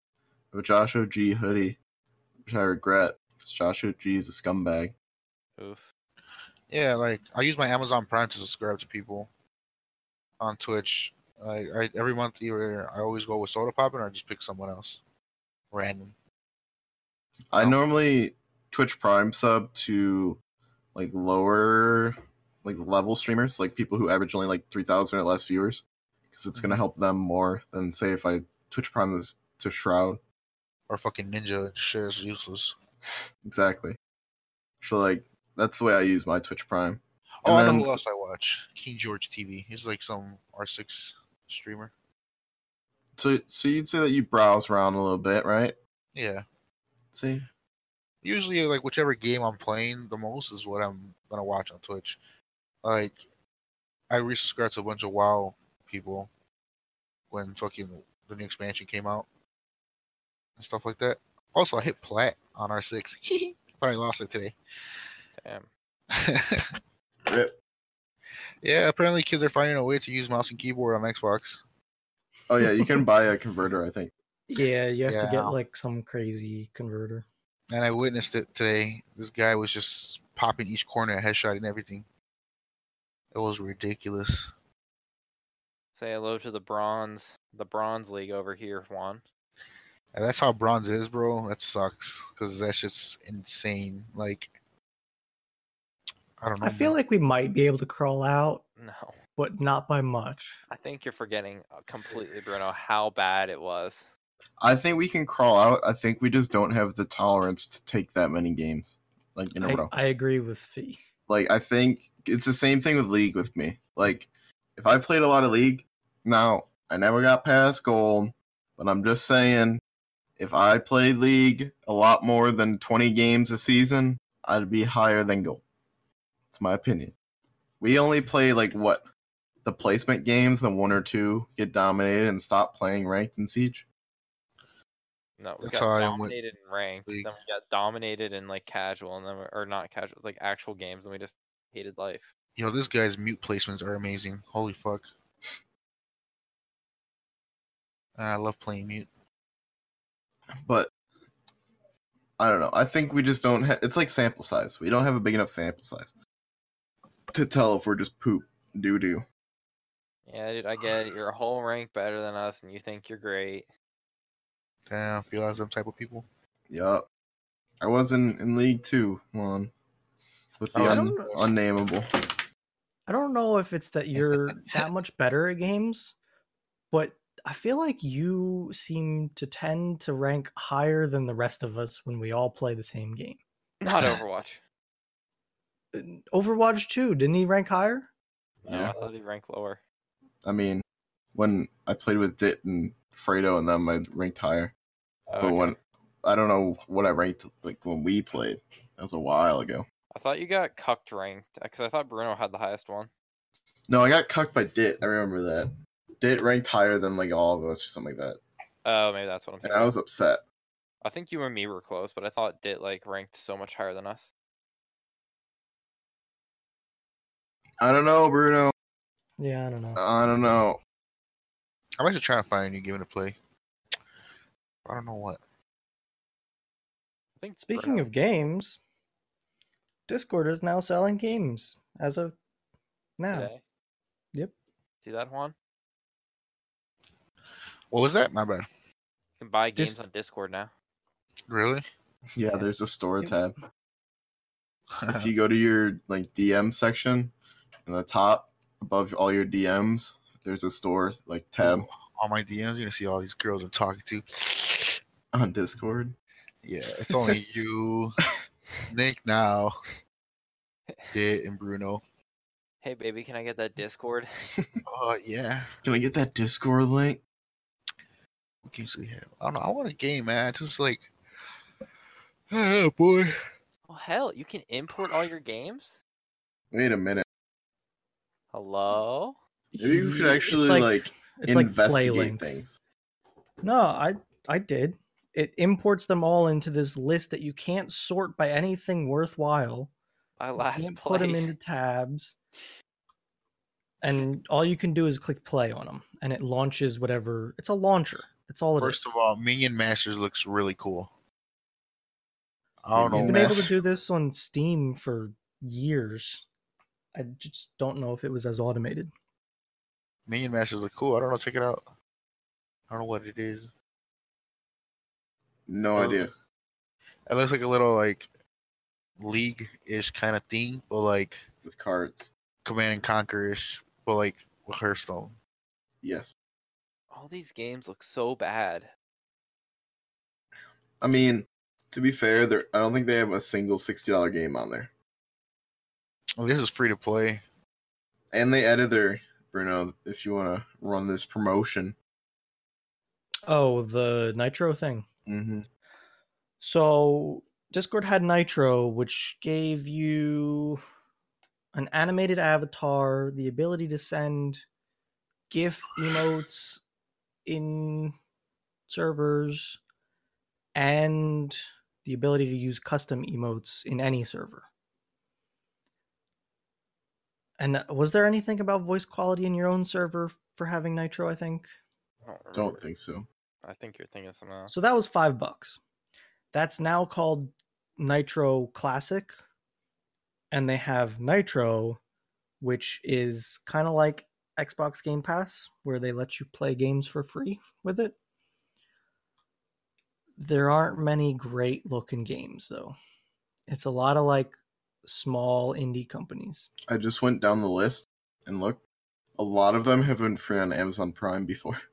Speaker 2: I have a Josh OG hoodie, which I regret because Josh OG is a scumbag.
Speaker 1: Oof.
Speaker 4: Yeah. Like I use my Amazon Prime to subscribe to people on Twitch. Like I, every month, either I always go with Soda Poppin' or I just pick someone else, random.
Speaker 2: I
Speaker 4: Oh.
Speaker 2: normally Twitch Prime sub to like lower like level streamers, like people who average only like three thousand or less viewers, because it's gonna help them more than say if I Twitch Prime this to Shroud.
Speaker 4: Or fucking Ninja and shit is useless.
Speaker 2: Exactly. So like that's the way I use my Twitch Prime.
Speaker 4: Oh,
Speaker 2: And
Speaker 4: I
Speaker 2: then
Speaker 4: know who
Speaker 2: s-
Speaker 4: else I watch. King George TV. He's like some R6 streamer.
Speaker 2: So so you'd say that you browse around a little bit, right?
Speaker 4: Yeah.
Speaker 2: See,
Speaker 4: usually like whichever game I'm playing the most is what I'm gonna watch on Twitch. Like I resubscribed to a bunch of WoW people when fucking the new expansion came out and stuff like that. Also, I hit plat on R6. [laughs] Probably lost it today. [laughs]
Speaker 1: Damn.
Speaker 2: Rip.
Speaker 4: yeah, apparently kids are finding a way to use mouse and keyboard on Xbox.
Speaker 2: Oh yeah, you can buy a converter, I think.
Speaker 3: Yeah, you have to
Speaker 4: Yeah.
Speaker 3: get like some crazy converter.
Speaker 4: And I witnessed it today. This guy was just popping each corner, headshot and everything. It was ridiculous.
Speaker 1: Say hello to the bronze, the bronze league over here, Juan.
Speaker 4: And that's how bronze is, bro. That sucks because that's just insane. Like, I don't know.
Speaker 3: I feel
Speaker 4: man.
Speaker 3: like we might be able to crawl out,
Speaker 1: No, [laughs]
Speaker 3: but not by much.
Speaker 1: I think you're forgetting uh, completely, Bruno, how bad it was.
Speaker 2: I think we can crawl out. I think we just don't have the tolerance to take that many games, like in a row.
Speaker 3: I, I agree with Fee.
Speaker 2: Like I think it's the same thing with League with me. Like if I played a lot of League, now I never got past gold, but I'm just saying if I played League a lot more than 20 games a season, I'd be higher than gold. It's my opinion. We only play like what the placement games, the one or two get dominated and stop playing ranked in Siege.
Speaker 1: No, we
Speaker 4: That's how
Speaker 1: got
Speaker 4: I am with
Speaker 1: dominated in ranked,
Speaker 4: league.
Speaker 1: then we got dominated in like casual, and then we- or not casual, like actual games, and we just hated life.
Speaker 4: yo, this guy's mute placements are amazing. Holy fuck! And I love playing mute.
Speaker 2: but I don't know. I think we just don't. Ha- it's like sample size. We don't have a big enough sample size to tell if we're just poop doo doo.
Speaker 1: Yeah, dude, I get it. You're a whole rank better than us, and you think you're great.
Speaker 4: Damn, I feel like them type of people.
Speaker 2: Yup. I was in in League Two, one with the
Speaker 4: Oh, I
Speaker 2: un-
Speaker 3: don't know.
Speaker 2: unnameable.
Speaker 3: I don't know if it's that you're that much better at games, but I feel like you seem to tend to rank higher than the rest of us when we all play the same game. [laughs] [clears throat]
Speaker 1: Not Overwatch.
Speaker 3: Uh, Overwatch 2, didn't he rank higher?
Speaker 1: No,
Speaker 2: Yeah.
Speaker 1: Oh, I thought he ranked lower.
Speaker 2: I mean, when I played with Dit and Fredo and them, I ranked higher.
Speaker 1: Oh,
Speaker 2: But
Speaker 1: okay.
Speaker 2: when I don't know what I ranked like when we played. That was a while ago.
Speaker 1: I thought you got cucked ranked because I thought Bruno had the highest one.
Speaker 2: No, I got cucked by Dit. I remember that. Dit ranked higher than like all of us or something like that,
Speaker 1: Oh, maybe that's what I'm
Speaker 2: and
Speaker 1: thinking.
Speaker 2: I was upset.
Speaker 1: I think you and me were close, but I thought Dit like ranked so much higher than us.
Speaker 2: I don't know, Bruno.
Speaker 3: Yeah, I don't know.
Speaker 2: I don't know.
Speaker 4: I'm actually trying to find a new game to play. I don't know what.
Speaker 1: I think
Speaker 3: Speaking of games, Discord is now selling games as of now.
Speaker 1: today.
Speaker 3: Yep.
Speaker 1: See that Juan?
Speaker 4: What was that? My bad.
Speaker 1: You can buy games
Speaker 3: Dis-
Speaker 1: on Discord now.
Speaker 4: Really?
Speaker 2: Yeah,
Speaker 3: Yeah.
Speaker 2: there's a store tab.
Speaker 3: [laughs]
Speaker 2: If
Speaker 4: [laughs]
Speaker 2: you go to your like DM section in the top above all your DMs, there's a store like tab
Speaker 4: On my DMs, you're gonna see all these girls I'm talking to.
Speaker 2: on Discord.
Speaker 4: Yeah, it's only
Speaker 3: [laughs]
Speaker 4: you, Nick now, Dit, and Bruno.
Speaker 1: Hey baby, can I get that Discord? [laughs]
Speaker 4: Uh, yeah.
Speaker 2: Can I get that Discord link?
Speaker 4: What games do we have? I don't know. I want a game, man. It's Just like, [sighs] oh boy.
Speaker 1: Well, hell, you can import all your games.
Speaker 2: Wait a minute.
Speaker 1: Hello.
Speaker 2: Maybe you should
Speaker 3: It's
Speaker 2: actually
Speaker 3: like-
Speaker 2: like,
Speaker 3: it's like play
Speaker 2: investigate
Speaker 3: links.
Speaker 2: things.
Speaker 3: No, I I did. It imports them all into this list that you can't sort by anything worthwhile.
Speaker 1: My
Speaker 3: You
Speaker 1: [laughs] last
Speaker 3: can't
Speaker 1: play.
Speaker 3: Put them into tabs,
Speaker 1: [laughs]
Speaker 3: and all you can do is click play on them, and it launches whatever. It's a launcher. That's all it is.
Speaker 4: First of all, Minion Masters looks really cool. I
Speaker 2: Minion
Speaker 4: don't know.
Speaker 3: You've been
Speaker 4: man.
Speaker 3: able
Speaker 2: mess.
Speaker 3: to do this on Steam for years. I just don't know if it was as automated.
Speaker 4: [laughs] Minion Masters look cool. I don't know. Check it out. I don't know what it is.
Speaker 2: No
Speaker 4: Um,
Speaker 2: idea.
Speaker 4: It looks like a little like league ish kind of thing, but like
Speaker 2: With cards.
Speaker 4: Command and Conquer ish, but like with Hearthstone.
Speaker 2: Yes.
Speaker 1: All these games look so bad.
Speaker 2: I mean, to be fair, there I don't think they have a single sixty dollar game on there.
Speaker 4: Well, this is free to play.
Speaker 2: And they added their Bruno, if you wanna run this promotion.
Speaker 3: Oh, the Nitro thing.
Speaker 2: Mm-hmm.
Speaker 3: So Discord had Nitro, which gave you an animated avatar, the ability to send GIF emotes in servers, and the ability to use custom emotes in any server. And was there anything about voice quality in your own server for having Nitro? I think.
Speaker 1: I don't, remember.
Speaker 2: Don't think so.
Speaker 1: I think you're thinking of something else.
Speaker 3: So that was five bucks. That's now called Nitro Classic. And they have Nitro, which is kind of like Xbox Game Pass, where they let you play games for free with it. There aren't many great looking games, though. It's a lot of like small indie companies.
Speaker 2: I just went down the list and looked. A lot of them have been free on Amazon Prime before. [laughs]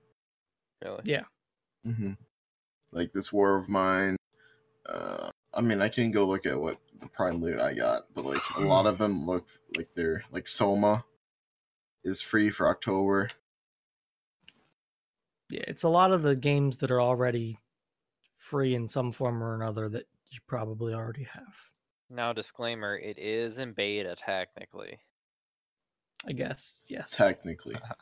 Speaker 1: Really?
Speaker 3: Yeah.
Speaker 2: Mm-hmm. Like this War of Mine. Uh, I mean, I can go look at what the Prime loot I got, but like a
Speaker 3: Mm.
Speaker 2: lot of them look like they're like Soma is free for October.
Speaker 3: Yeah, it's a lot of the games that are already free in some form or another that you probably already have,
Speaker 1: Now disclaimer: it is in beta technically.
Speaker 3: I guess. Yes. [laughs]
Speaker 2: Technically,
Speaker 1: I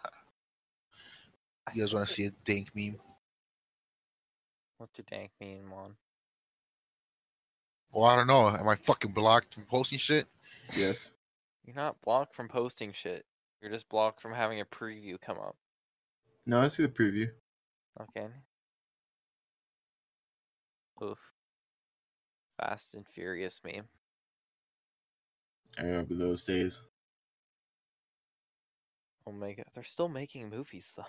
Speaker 4: You guys
Speaker 1: still
Speaker 4: want to
Speaker 1: think-
Speaker 4: see a dank meme?
Speaker 1: What's your dank mean, Juan?
Speaker 4: Well, I don't know. Am I fucking blocked from posting shit?
Speaker 2: yes.
Speaker 1: You're not blocked from posting shit. You're just blocked from having a preview come up.
Speaker 2: No, I see the preview.
Speaker 1: Okay. Oof. Fast and Furious meme.
Speaker 2: I remember those days.
Speaker 1: Oh my god, they're still making movies though.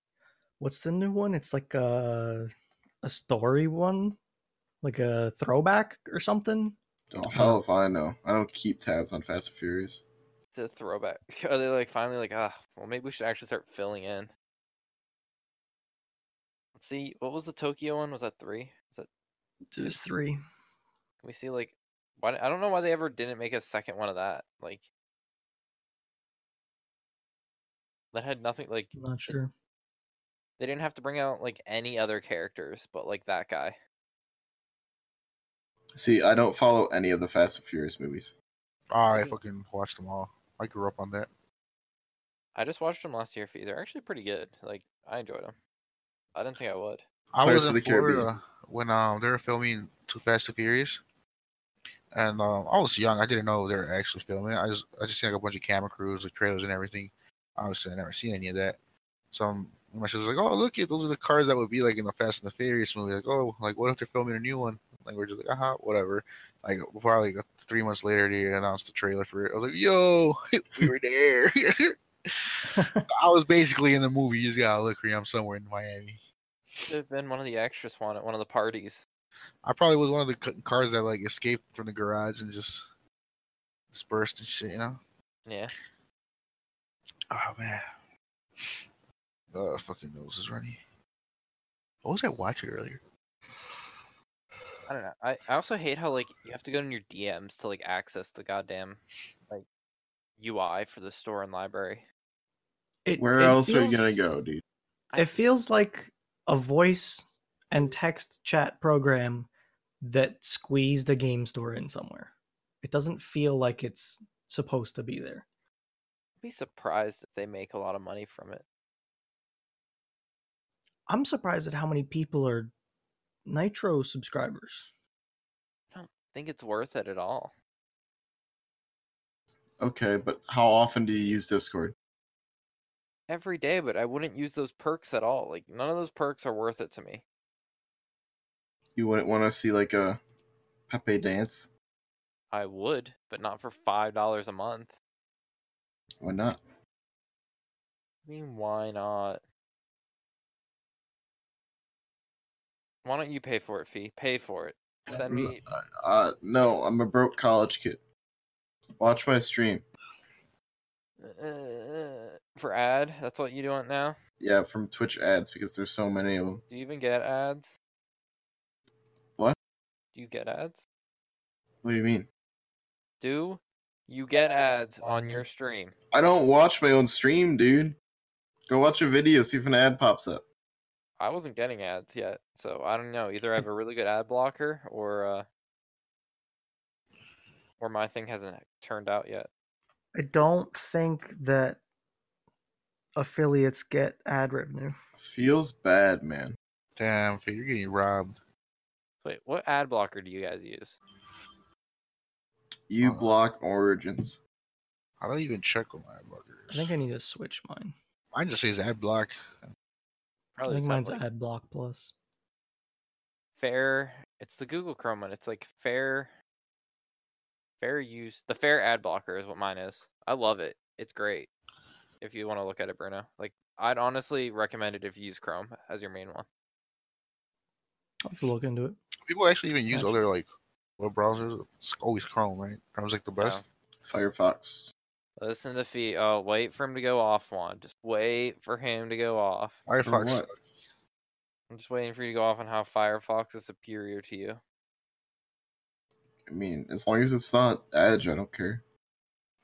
Speaker 1: [laughs]
Speaker 3: what's the new one? It's like a a story one, like a throwback or something.
Speaker 2: Oh hell if I know. I don't keep tabs on Fast and Furious.
Speaker 1: the throwback. [laughs] Are they like finally like ah? Well, maybe we should actually start filling in. Let's see. What was the Tokyo one? Was that three? Was that
Speaker 3: It was three.
Speaker 1: Can we see like why I don't know why they ever didn't make a second one of that. Like that had nothing like
Speaker 3: I'm not sure.
Speaker 1: they didn't have to bring out like any other characters but like that guy.
Speaker 2: See, I don't follow any of the Fast and Furious movies.
Speaker 4: I fucking watched them all. I grew up on that.
Speaker 1: I just watched them last year for you. They're actually pretty good. Like I enjoyed them. I didn't think I would.
Speaker 4: I
Speaker 2: Pirates
Speaker 4: was
Speaker 2: of
Speaker 4: in
Speaker 2: the Caribbean.
Speaker 4: Florida when um they were filming Too Fast and Furious, and um, I was young. I didn't know they were actually filming. I just I just seen like a bunch of camera crews, like trailers and everything. Obviously, I never seen any of that. So I'm, my sister's like, "Oh, look at those are the cars that would be like in the Fast and the Furious movie." Like, oh, like what if they're filming a new one? Like we're just like, uh-huh, whatever. Like probably like, three months later, they announced the trailer for it. I was like, "Yo, [laughs] we were
Speaker 2: [laughs]
Speaker 4: there." [laughs] I was basically in the movie. You just gotta look for me. I'm somewhere in Miami.
Speaker 1: Should have been one of the extras one at one of the parties.
Speaker 4: I probably was one of the c- cars that like escaped from the garage and just dispersed and shit. You know?
Speaker 1: Yeah.
Speaker 4: Oh man. Oh, fucking nose is running. What was I watching earlier?
Speaker 1: I don't know. I, I also hate how like you have to go in your DMs to like access the goddamn like UI for the store and library.
Speaker 3: It-
Speaker 2: Where
Speaker 3: it
Speaker 2: else are you
Speaker 3: feels-
Speaker 2: gonna go, dude?
Speaker 3: It feels like a voice and text chat program that squeezed a game store in somewhere. It doesn't feel like it's supposed to be there.
Speaker 1: I'd be surprised if they make a lot of money from it.
Speaker 3: I'm surprised at how many people are Nitro subscribers.
Speaker 1: I don't think it's worth it at all.
Speaker 2: Okay, but how often do you use Discord?
Speaker 1: Every day, but I wouldn't use those perks at all. Like none of those perks are worth it to me.
Speaker 2: You wouldn't want to see like a Pepe dance?
Speaker 1: I would, but not for five dollars a month.
Speaker 2: Why not?
Speaker 1: I mean, why not? Why don't you pay for it, Fee? Pay for it. Send me
Speaker 2: Uh, no, I'm a broke college kid. Watch my stream.
Speaker 1: uh, for ad. That's what you want now.
Speaker 2: Yeah, from Twitch ads because there's so many of 'em.
Speaker 1: Do you even get ads?
Speaker 2: What?
Speaker 1: Do you get ads?
Speaker 2: What do you mean?
Speaker 1: Do you get ads on your stream?
Speaker 2: I don't watch my own stream, dude. Go watch a video, see if an ad pops up.
Speaker 1: I wasn't getting ads yet, so I don't know. Either I
Speaker 3: Hmm.
Speaker 1: have a really good ad blocker or uh or my thing hasn't turned out yet.
Speaker 3: I don't think that affiliates get ad revenue.
Speaker 2: Feels bad, man.
Speaker 4: Damn, Faye, you're getting robbed.
Speaker 1: Wait, what ad blocker do you guys use?
Speaker 2: You
Speaker 4: Uh.
Speaker 2: block origins.
Speaker 4: I don't even check on my blockers.
Speaker 3: I think I need to switch mine.
Speaker 4: Mine just says ad block.
Speaker 1: Probably
Speaker 3: I think
Speaker 1: some,
Speaker 3: mine's
Speaker 1: like,
Speaker 3: ad block plus.
Speaker 1: fair. It's the Google Chrome one. It's like fair, fair use. The fair ad blocker is what mine is. I love it. It's great. If you want to look at it, Bruno, like I'd honestly recommend it if you use Chrome as your main one.
Speaker 3: I'll have to look into it.
Speaker 4: People actually even use
Speaker 3: Gotcha.
Speaker 4: other like web browsers. It's always Chrome, right? Chrome's like the
Speaker 1: No.
Speaker 4: best.
Speaker 2: Firefox.
Speaker 1: Listen to Fee. Oh, wait for him to go off one. Just wait for him to go off.
Speaker 2: For
Speaker 4: Firefox.
Speaker 2: what?
Speaker 1: I'm just waiting for you to go off on how Firefox is superior to you.
Speaker 2: I mean, as long as it's not Edge, I don't care.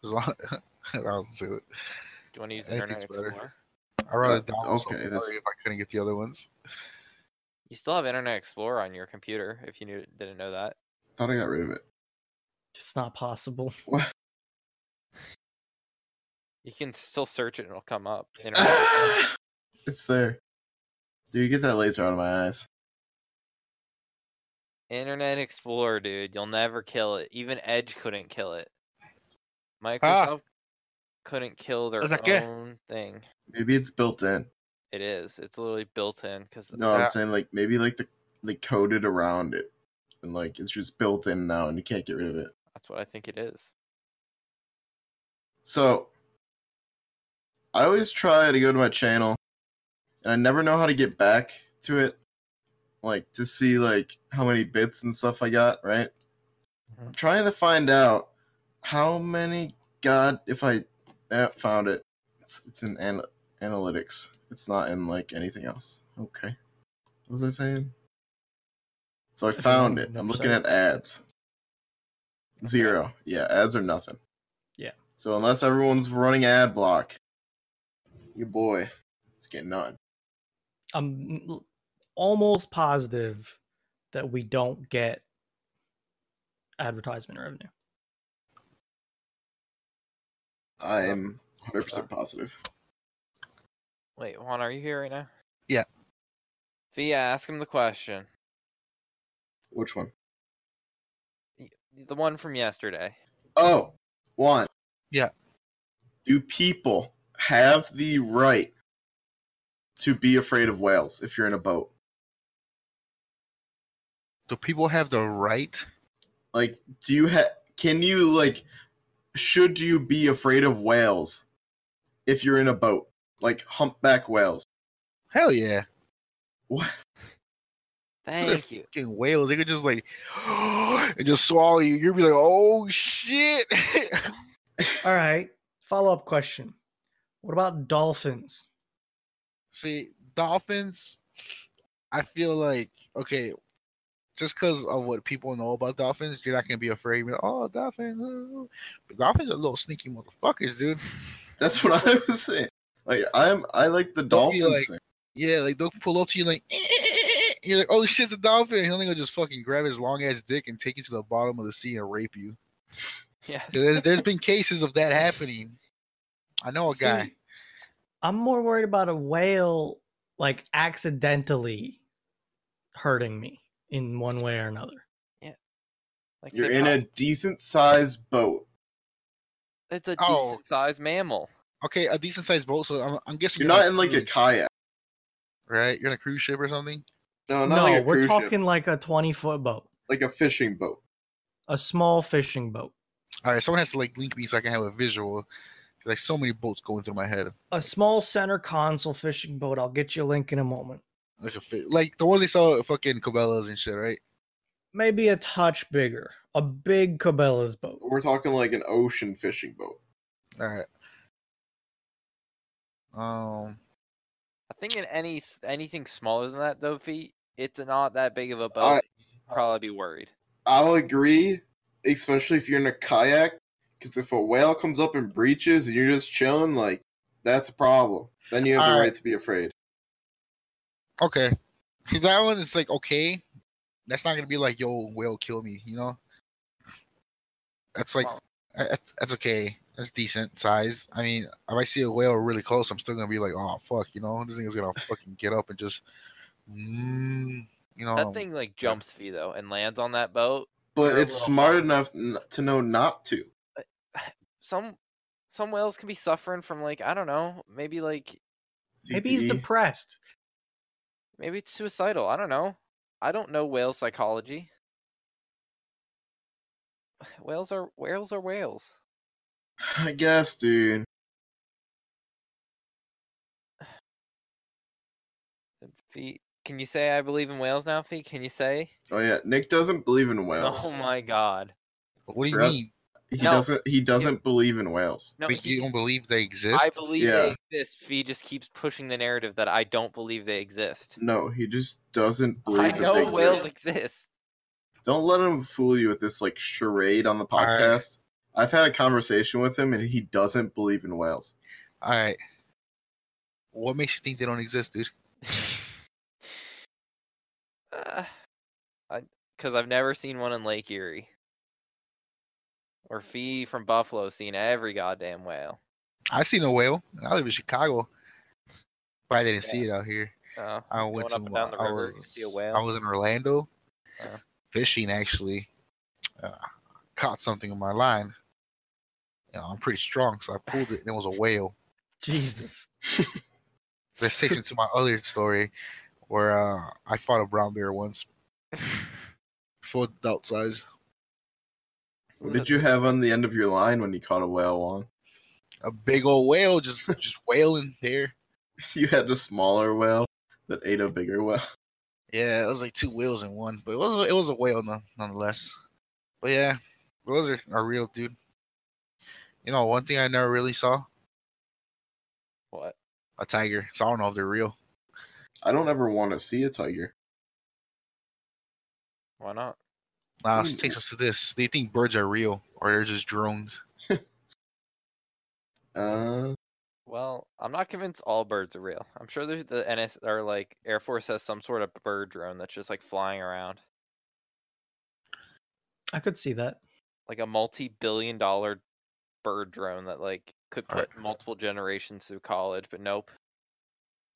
Speaker 4: As long, [laughs] I don't say that.
Speaker 1: Do you want to use
Speaker 4: I think
Speaker 1: Internet
Speaker 4: it's better.
Speaker 1: Explorer?
Speaker 4: I'd rather
Speaker 2: Uh,
Speaker 4: download
Speaker 2: okay,
Speaker 4: okay,
Speaker 2: that's-
Speaker 4: if I couldn't get the
Speaker 3: [laughs]
Speaker 4: other ones.
Speaker 1: You still have Internet Explorer on your computer. If you knew, didn't know that.
Speaker 2: Thought I got rid of it.
Speaker 3: It's not possible. [laughs]
Speaker 2: What?
Speaker 1: You can still search it and it'll come up. Internet Explorer.
Speaker 4: [laughs]
Speaker 2: it's there. Dude, get that laser out of my eyes.
Speaker 1: Internet Explorer, dude. You'll never kill it. Even Edge couldn't kill it. Microsoft couldn't kill their
Speaker 4: ¿Es de qué?
Speaker 1: own thing.
Speaker 2: Maybe it's built in.
Speaker 1: It is. It's literally built in because
Speaker 2: No, I'm
Speaker 4: Yeah.
Speaker 2: saying like maybe like the they coded around it, and like it's just built in now, and you can't get rid of it.
Speaker 1: that's what I think it is.
Speaker 2: So I always try to go to my channel, and I never know how to get back to it, like to see like how many bits and stuff I got. Right,
Speaker 3: Mm-hmm.
Speaker 2: I'm trying to find out how many. God, if I eh, found it, it's, it's in ana- analytics. It's not in like anything else. Okay, what was I saying? So I
Speaker 3: If you
Speaker 2: found
Speaker 3: wanted
Speaker 2: it.
Speaker 3: an
Speaker 2: I'm looking
Speaker 3: upside.
Speaker 2: at ads. Zero. Yeah, ads are nothing. So unless everyone's running ad block, your boy, it's getting on.
Speaker 3: I'm l- almost positive that we don't get advertisement revenue.
Speaker 2: I am 100 percent positive.
Speaker 1: Wait, Juan, are you here right now?
Speaker 4: Yeah.
Speaker 1: Via, ask him the question.
Speaker 2: Which one?
Speaker 1: Y- The
Speaker 4: [laughs]
Speaker 1: one from yesterday.
Speaker 2: Oh, one.
Speaker 4: Yeah.
Speaker 2: Do people have the right to be afraid of whales if you're in a boat.
Speaker 4: Do people have the right?
Speaker 2: Like, do you have? Can you like? Should you be afraid of whales if you're in a boat, like humpback whales?
Speaker 4: Hell yeah.
Speaker 2: What? [laughs]
Speaker 1: Thank you.
Speaker 4: Fucking whales. They could just like [gasps] and just swallow you. You'd be like, oh shit. [laughs]
Speaker 3: All right. Follow up question. What about dolphins?
Speaker 4: See, dolphins, I feel like, okay, just because of what people know about dolphins, you're not going to be afraid. You're like, oh, dolphins. ooh." But dolphins are little sneaky motherfuckers, dude.
Speaker 2: That's what I was saying. Like, I'm I like the
Speaker 4: Don't be
Speaker 2: dolphins
Speaker 4: like-
Speaker 2: thing.
Speaker 4: Yeah, like they'll pull up to you like, [laughs] you're like, oh shit, it's a dolphin. He'll gonna just fucking grab his long ass dick and take you to the bottom of the sea and rape you.
Speaker 1: Yeah.
Speaker 4: 'Cause There's, there's been cases of that happening. I
Speaker 2: Oh,
Speaker 4: know a guy.
Speaker 3: See, I'm more worried about a whale like accidentally hurting me in one way or another.
Speaker 1: Like uh,
Speaker 2: You're
Speaker 1: they
Speaker 2: in a
Speaker 1: prob-
Speaker 2: decent sized boat.
Speaker 1: It's a
Speaker 4: Oh.
Speaker 1: decent sized mammal.
Speaker 4: Okay, a decent sized boat. So I'm, I'm guessing
Speaker 2: You're
Speaker 4: on
Speaker 2: not in like a
Speaker 4: cruise,
Speaker 2: kayak.
Speaker 4: right. You're on a cruise ship or something.
Speaker 2: No, Oh, not
Speaker 3: no,
Speaker 2: like a
Speaker 3: we're
Speaker 2: cruise
Speaker 3: talking
Speaker 2: ship.
Speaker 3: like a 20 foot boat,
Speaker 2: Like a fishing boat.
Speaker 3: a small fishing boat,
Speaker 4: All right, someone has to like link me so I can have a visual. 'Cause, Like so many boats going through my head.
Speaker 3: a small center console fishing boat. I'll get you a link in a moment.
Speaker 4: Like a fit, like the ones they saw at fucking Cabela's and shit, right?
Speaker 3: Maybe a touch bigger, a big Cabela's boat.
Speaker 2: We're talking like an ocean fishing boat.
Speaker 4: All right. Um.
Speaker 1: I think in any s- anything smaller than that though, feet, it's not that big of a boat.
Speaker 2: I-
Speaker 1: You'd probably be worried.
Speaker 2: I'll agree, especially if you're in a kayak, because if a whale comes up and breaches and you're just chilling, like that's a problem. Then you have the
Speaker 4: Alright.
Speaker 2: right to be afraid.
Speaker 4: Okay. See, that one is like okay. That's not gonna be like yo whale kill me, you know. That's like
Speaker 1: Well-
Speaker 4: I- I- that's okay. That's decent size. I mean, if I see a whale really close, I'm still gonna be like, oh fuck, you know, this thing is gonna fucking get up and just, mm, you know,
Speaker 2: Oh,
Speaker 1: that thing like jumps V though and lands on that boat.
Speaker 2: But
Speaker 1: You're a
Speaker 2: it's
Speaker 1: little
Speaker 2: smart enough n- to know not to.
Speaker 1: Some some whales can be suffering from like I don't know, maybe like
Speaker 3: Maybe he's
Speaker 2: CTE.
Speaker 3: depressed.
Speaker 1: maybe it's suicidal. I don't know. I don't know whale psychology. [sighs] Whales are whales are whales.
Speaker 2: [sighs] I guess, dude.
Speaker 1: Feet. Can you say I believe in whales now, Feet? Can you say?
Speaker 2: Oh yeah, Nick doesn't believe in whales.
Speaker 1: Oh my god.
Speaker 4: What do you
Speaker 2: Forgot-
Speaker 4: mean?
Speaker 2: He
Speaker 1: No.
Speaker 2: doesn't. He doesn't believe in whales.
Speaker 1: No,
Speaker 4: Like,
Speaker 1: he
Speaker 4: you don't
Speaker 1: just-
Speaker 4: believe they exist?
Speaker 1: I believe
Speaker 2: Yeah.
Speaker 1: they exist. Fee just keeps pushing the narrative that I don't believe they exist.
Speaker 2: No, he just doesn't believe.
Speaker 1: [laughs] I
Speaker 2: that
Speaker 1: know
Speaker 2: they
Speaker 1: whales
Speaker 2: exist.
Speaker 1: exist.
Speaker 2: Don't let him fool you with this like charade on the podcast. I've had a conversation with him, and he doesn't believe in whales.
Speaker 4: All right. What makes you think they don't exist, dude?
Speaker 1: [laughs] Because Uh, I've never seen one in Lake Erie. Or Fee from Buffalo seen every goddamn whale.
Speaker 4: I seen a whale. and I live in Chicago. But I didn't see it out here.
Speaker 1: Oh,
Speaker 4: I
Speaker 1: Going
Speaker 4: went to.
Speaker 1: up and down the
Speaker 4: I
Speaker 1: river, you
Speaker 4: was.
Speaker 1: see a
Speaker 4: I
Speaker 1: whale. [laughs]
Speaker 4: was in Orlando,
Speaker 1: Oh.
Speaker 4: fishing actually. Uh, caught something in my line. You know, I'm pretty strong, so I pulled it, and it was a whale.
Speaker 3: Jesus.
Speaker 4: This takes me to my other story, where uh, I fought a brown bear once, full adult size.
Speaker 2: What did you have on the end of your line when you caught a whale on? [laughs]
Speaker 4: A big old whale, just
Speaker 1: [laughs]
Speaker 4: just wailing there.
Speaker 2: You had a smaller whale that ate a bigger whale. [laughs]
Speaker 4: Yeah, it was like two whales in one, but it was it was a whale none- nonetheless. But yeah, those are, are real, dude. You know, one thing I never really saw
Speaker 1: What?
Speaker 4: a tiger, so I don't know if they're real.
Speaker 2: I don't ever want to see a tiger.
Speaker 1: Why not?
Speaker 4: Now
Speaker 2: Hmm.
Speaker 4: it takes us to this: they think birds are real, or they're just drones.
Speaker 2: Uh,
Speaker 1: Well, I'm not convinced all birds are real. I'm sure there's the NS or like Air Force has some sort of bird drone that's just like flying around,
Speaker 3: I could see that.
Speaker 1: like a multi-billion dollar bird drone that like could
Speaker 4: Alright.
Speaker 1: put multiple generations through college, but nope.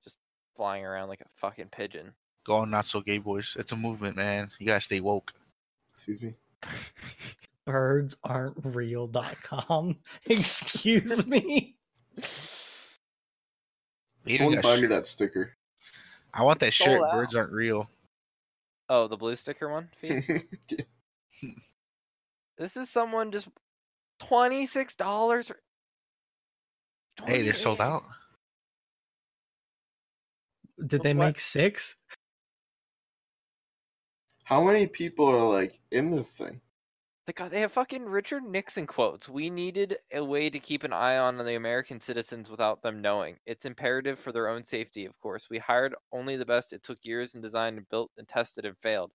Speaker 1: Just flying around like a fucking pigeon.
Speaker 4: Go on, not so gay boys. It's a movement, man. You gotta stay woke.
Speaker 2: excuse me.
Speaker 3: [laughs] Birds aren't real.com. Excuse me.
Speaker 4: needing
Speaker 2: Someone
Speaker 4: that
Speaker 2: buy me
Speaker 4: shirt.
Speaker 2: that sticker.
Speaker 4: I want that
Speaker 1: Sold
Speaker 4: shirt.
Speaker 1: out.
Speaker 4: Birds aren't real.
Speaker 1: Oh, the blue sticker one.
Speaker 2: [laughs]
Speaker 4: [laughs]
Speaker 1: Phoebe? this is someone just twenty six dollars.
Speaker 4: Hey, they're sold out.
Speaker 3: Did they
Speaker 1: What?
Speaker 3: make six?
Speaker 2: How many people are like in this thing?
Speaker 1: They got they have fucking Richard Nixon quotes. We needed a way to keep an eye on the American citizens without them knowing. It's imperative for their own safety, of course. We hired only the best. It took years and designed and built and tested and failed.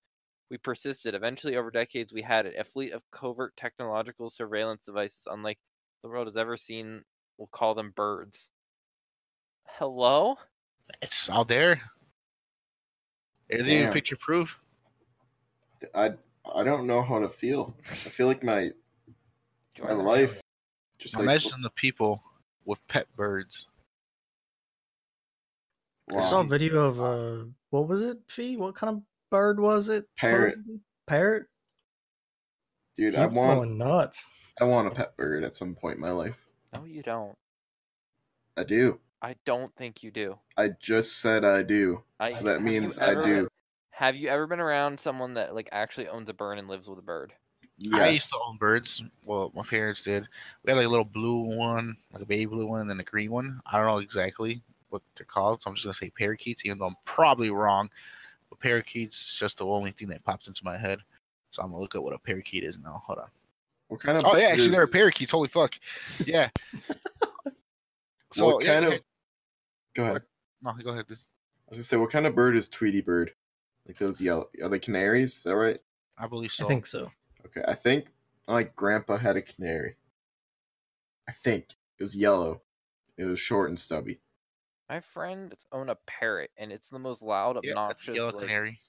Speaker 1: We persisted. Eventually, over decades, we had it. A fleet of covert technological surveillance devices unlike the world has ever seen. We'll call them birds. Hello?
Speaker 4: It's out there. There's even
Speaker 2: Damn.
Speaker 4: picture proof.
Speaker 2: I I don't know how to feel. I feel like my
Speaker 1: Do
Speaker 2: my
Speaker 1: not-
Speaker 2: life just like
Speaker 4: Imagine the people with pet birds.
Speaker 3: I saw a
Speaker 2: wow.
Speaker 3: video of uh, what was it, Fee? What kind of bird was it?
Speaker 2: Parrot.
Speaker 3: supposedly? Parrot.
Speaker 2: dude. I
Speaker 3: Keeps
Speaker 2: want
Speaker 3: going nuts.
Speaker 2: I want a pet bird at some point in my life.
Speaker 1: No, you don't.
Speaker 2: I do.
Speaker 1: I don't think you do.
Speaker 2: I just said I do.
Speaker 1: I,
Speaker 2: So
Speaker 1: have
Speaker 2: that
Speaker 1: you
Speaker 2: means I
Speaker 1: ever-
Speaker 2: do.
Speaker 1: Have you ever been around someone that like actually owns a bird and lives with a bird?
Speaker 4: I used
Speaker 2: Yes.
Speaker 4: to own birds. Well, my parents did. We had like a little blue one, like a baby blue one, and then a green one. I don't know exactly what they're called, so I'm just gonna say parakeets, even though I'm probably wrong. But parakeets just the only thing that popped into my head. So I'm gonna look up what a parakeet is now. Hold on.
Speaker 2: What kind of
Speaker 4: Oh yeah,
Speaker 2: bird
Speaker 4: actually they're
Speaker 2: is-
Speaker 4: parakeets. Holy fuck. [laughs] Yeah. so
Speaker 2: what
Speaker 4: yeah,
Speaker 2: kind
Speaker 4: yeah.
Speaker 2: of? Go ahead.
Speaker 4: No, go ahead. dude.
Speaker 2: I was gonna say, what kind of bird is Tweety bird? Like those yellow? Are they canaries? Is that right?
Speaker 4: I believe so.
Speaker 3: I think so.
Speaker 2: Okay, I think like Grandpa had a canary. I think it was yellow. It was short and stubby.
Speaker 1: My friend owned a parrot, and it's the most loud,
Speaker 4: Yeah, that's a
Speaker 1: obnoxious
Speaker 4: yellow
Speaker 1: like,
Speaker 4: canary.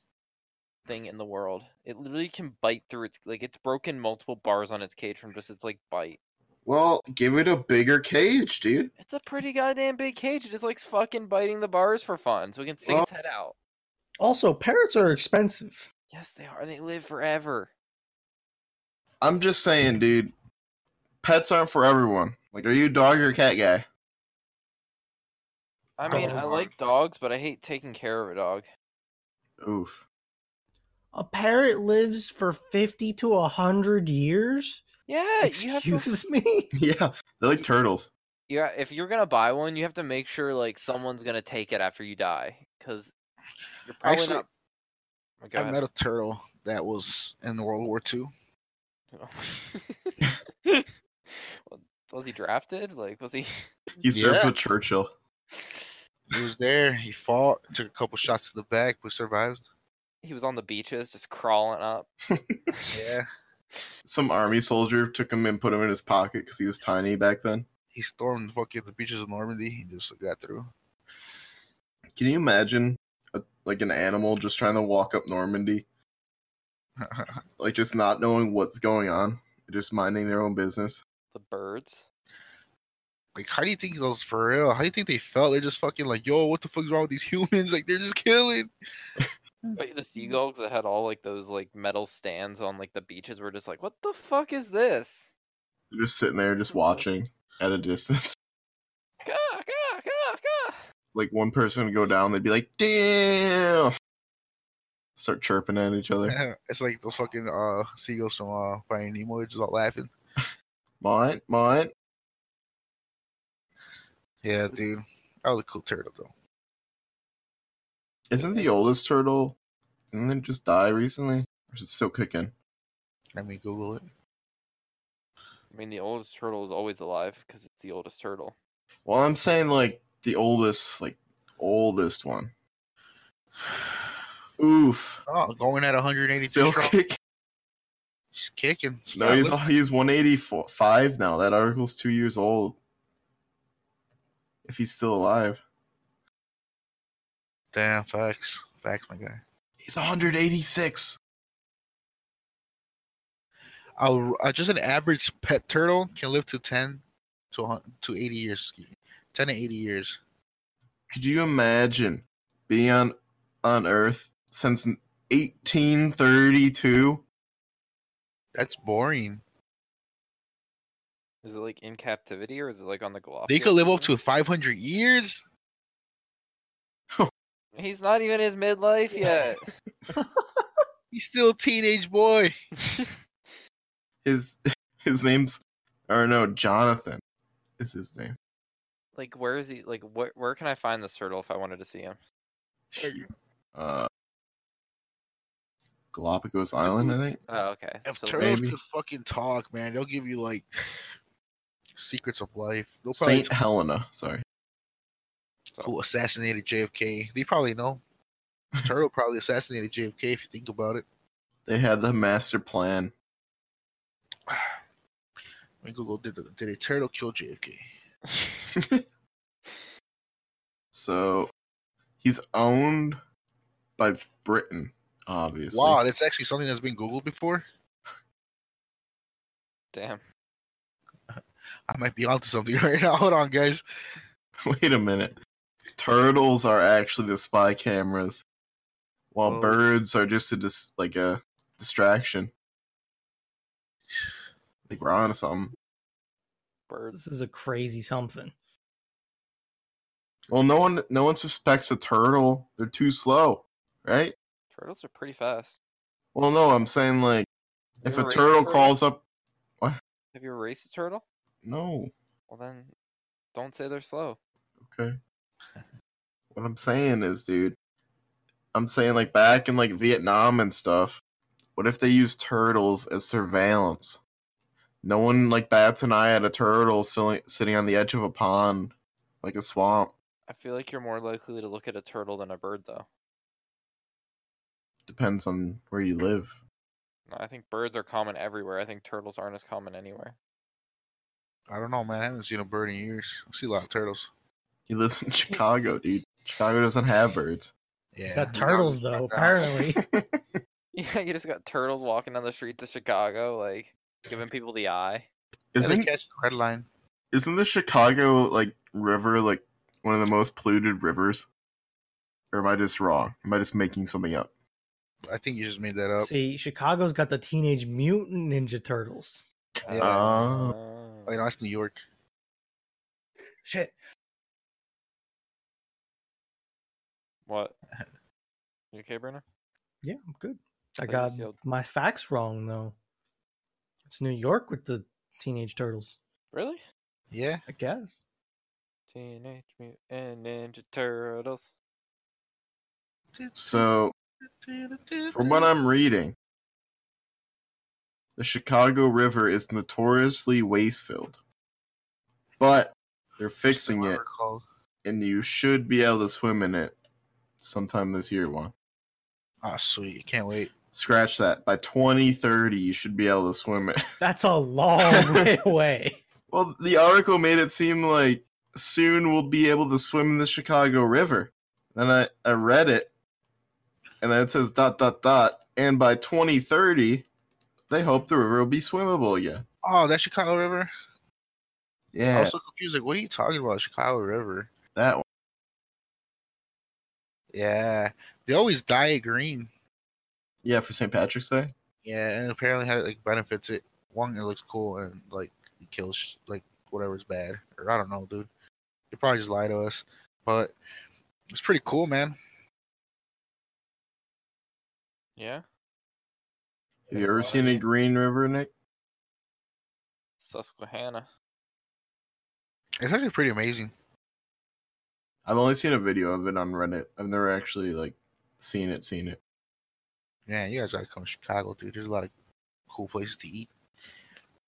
Speaker 1: thing in the world. It literally can bite through its like it's broken multiple bars on its cage from just its like bite.
Speaker 2: Well, give it a bigger cage, dude.
Speaker 1: It's a pretty goddamn big cage. It just likes fucking biting the bars for fun, so it can stick
Speaker 2: Oh.
Speaker 1: its head out.
Speaker 3: Also, parrots are expensive.
Speaker 1: Yes, they are. They live forever.
Speaker 2: I'm just saying, dude. Pets aren't for everyone. Like, are you a dog or a cat guy?
Speaker 1: I mean, I
Speaker 3: Oh.
Speaker 1: like dogs, but I hate taking care of a dog.
Speaker 2: Oof. [laughs]
Speaker 3: A parrot lives for fifty to hundred years.
Speaker 1: Yeah, you have to [laughs]
Speaker 3: Excuse me.
Speaker 2: Yeah, they're like turtles.
Speaker 1: yeah, if you're gonna buy one, you have to make sure like someone's gonna take it after you die, because you're probably
Speaker 4: Actually,
Speaker 1: not. Oh, go
Speaker 4: I
Speaker 1: ahead.
Speaker 4: met a turtle that was in World War II.
Speaker 1: [laughs] well,
Speaker 4: [laughs]
Speaker 1: was he drafted? Like, was he? [laughs]
Speaker 2: He served
Speaker 4: Yeah.
Speaker 2: with Churchill.
Speaker 4: He was there. He fought. Took a couple shots to the back, but survived.
Speaker 1: He was on the beaches, just crawling up.
Speaker 4: Yeah.
Speaker 2: Some army soldier took him and put him in his pocket because he was tiny back then.
Speaker 4: He stormed fucking the beaches of Normandy. He just got through.
Speaker 2: Can you imagine, a, like an animal just trying to walk up Normandy, like just not knowing what's going on, just minding their own business?
Speaker 1: The birds.
Speaker 4: like, how do you think those for real? How do you think they felt? They're just fucking like, yo, what the fuck's wrong with these humans? [laughs] Like, they're just killing.
Speaker 1: But the
Speaker 4: Mm-hmm.
Speaker 1: seagulls that had all like those like metal stands on like the beaches were just like, what the fuck is this?
Speaker 2: They're just sitting there, just watching at a distance. [laughs]
Speaker 1: Gah, gah, gah, gah.
Speaker 2: Like one person would go down, they'd be like, "Damn!" Start chirping at each
Speaker 4: [laughs]
Speaker 2: other.
Speaker 4: it's like those fucking uh seagulls from uh Finding Nemo. They're just all laughing.
Speaker 2: Mine, mine.
Speaker 4: Yeah, dude. That was a cool turtle though.
Speaker 2: Isn't the oldest turtle? Didn't it just die recently? Or is it still kicking?
Speaker 4: Let me Google it.
Speaker 1: I mean, the oldest turtle is always alive because it's the oldest turtle.
Speaker 2: Well, I'm saying like the oldest, like oldest one. Oof.
Speaker 4: Oh, going at 182.
Speaker 2: Still
Speaker 4: strong.
Speaker 2: kicking.
Speaker 4: She's kicking. She's
Speaker 2: No,
Speaker 4: got
Speaker 2: he's
Speaker 4: lift.
Speaker 2: he's 185 now. That article's two years old. If he's still alive,
Speaker 4: damn facts. Facts, my guy.
Speaker 2: he's 186.
Speaker 4: a, uh, just an average pet turtle can live to 10 to 100 to 80 years excuse me 10 to 80 years
Speaker 2: Could you imagine being on on Earth since 1832?
Speaker 4: that's boring
Speaker 1: Is it like in captivity or is it like on the Galapagos?
Speaker 4: they could live up
Speaker 1: Islands?
Speaker 4: to 500 years
Speaker 1: He's not even his midlife yet.
Speaker 4: He's still a teenage boy.
Speaker 2: His [laughs] his name's or no, Jonathan is his name.
Speaker 1: like, where is he? Like, where where can I find this turtle if I wanted to see him?
Speaker 2: Uh Galapagos Island, I think.
Speaker 1: Oh, okay.
Speaker 4: If
Speaker 1: So,
Speaker 4: turtles
Speaker 2: Maybe.
Speaker 4: could fucking talk, man, they'll give you like secrets of life. They'll probably Oh,
Speaker 2: Saint Helena, sorry.
Speaker 4: who assassinated JFK. They probably know. Turtle probably assassinated JFK if you think about it.
Speaker 2: They had the master plan.
Speaker 4: I mean, Google did the- did a turtle kill JFK?
Speaker 2: So he's owned by Britain, obviously.
Speaker 4: Wow, that's actually something that's been Googled before.
Speaker 1: damn.
Speaker 4: I might be onto something [laughs] right now. Hold on, guys.
Speaker 2: [laughs] Wait a minute. Turtles are actually the spy cameras, while
Speaker 1: Whoa.
Speaker 2: birds are just a dis- like a distraction. I think we're on to something.
Speaker 1: Birds.
Speaker 3: This is a crazy something.
Speaker 2: Well, no one, no one suspects a turtle. They're too slow, right?
Speaker 1: Turtles are pretty fast.
Speaker 2: Well, no, I'm saying like if
Speaker 1: You're
Speaker 2: a
Speaker 1: right,
Speaker 2: turtle
Speaker 1: turtle.
Speaker 2: calls up,
Speaker 1: Have you ever raced a turtle?
Speaker 2: no,
Speaker 1: Well, then, don't say they're slow.
Speaker 2: okay. What I'm saying is, dude, I'm saying like back in like Vietnam and stuff. What if they use turtles as surveillance? No one like bats an eye at a turtle silly- sitting on the edge of a pond, like a swamp.
Speaker 1: I feel like you're more likely to look at a turtle than a bird, though.
Speaker 2: Depends on where you live.
Speaker 1: No, I think birds are common everywhere. I think turtles aren't as common anywhere. [laughs]
Speaker 4: I don't know, man. I haven't seen a bird in years. I see a lot of turtles.
Speaker 2: He lives in [laughs] Chicago, dude. Chicago doesn't have birds.
Speaker 4: Yeah,
Speaker 3: Got turtles
Speaker 4: uh,
Speaker 3: though,
Speaker 2: [laughs]
Speaker 3: apparently.
Speaker 1: Yeah, you just got turtles walking down the streets of Chicago, like giving people the eye.
Speaker 4: Isn't
Speaker 2: Isn't
Speaker 4: catch the red line?
Speaker 2: isn't the Chicago like river like one of the most polluted rivers? Or am I just wrong? Am I just making something up?
Speaker 4: I think you just made that up.
Speaker 3: See, Chicago's got the Teenage Mutant Ninja Turtles.
Speaker 4: Yeah.
Speaker 1: Uh,
Speaker 4: Oh, you know, that's New York.
Speaker 3: Shit.
Speaker 1: what? You okay, Bruno?
Speaker 3: Yeah, I'm good. I
Speaker 1: Like you
Speaker 3: got
Speaker 1: see how-
Speaker 3: my facts wrong though. It's New York with the Teenage Turtles,
Speaker 1: Really?
Speaker 4: Yeah,
Speaker 3: I guess.
Speaker 1: Teenage Mutant Ninja Turtles.
Speaker 2: So From what I'm reading, the Chicago River is notoriously waste filled, but they're fixing it, and you should be able to swim in it sometime this year. Juan.
Speaker 4: Oh, sweet! Can't wait.
Speaker 2: Scratch that. By 2030, you should be able to swim it.
Speaker 3: That's
Speaker 2: [laughs]
Speaker 3: a long way away.
Speaker 2: Well, the article made it seem like soon we'll be able to swim in the Chicago River. Then I, I read it, and then it says dot dot dot, and by 2030, they hope the river will be swimmable again.
Speaker 4: Oh, that Chicago River. I
Speaker 2: Yeah,
Speaker 4: was Oh, so confused. Like, what are you talking about, Chicago River?
Speaker 2: that one.
Speaker 4: Yeah, they always dye it green.
Speaker 2: Yeah, for St. Patrick's Day.
Speaker 4: Yeah, and apparently how it like benefits it. One, it looks cool, and like it kills like whatever's bad, or I don't know, dude. They probably just lie to us, but it's pretty cool, man.
Speaker 1: Yeah.
Speaker 2: Have you ever seen a green river, Nick?
Speaker 1: Susquehanna?
Speaker 4: It's actually pretty amazing.
Speaker 2: I've only seen a video of it on Reddit. I've never actually like seen it, seen it.
Speaker 4: Yeah, you guys gotta come to Chicago, dude. There's a lot of cool places to eat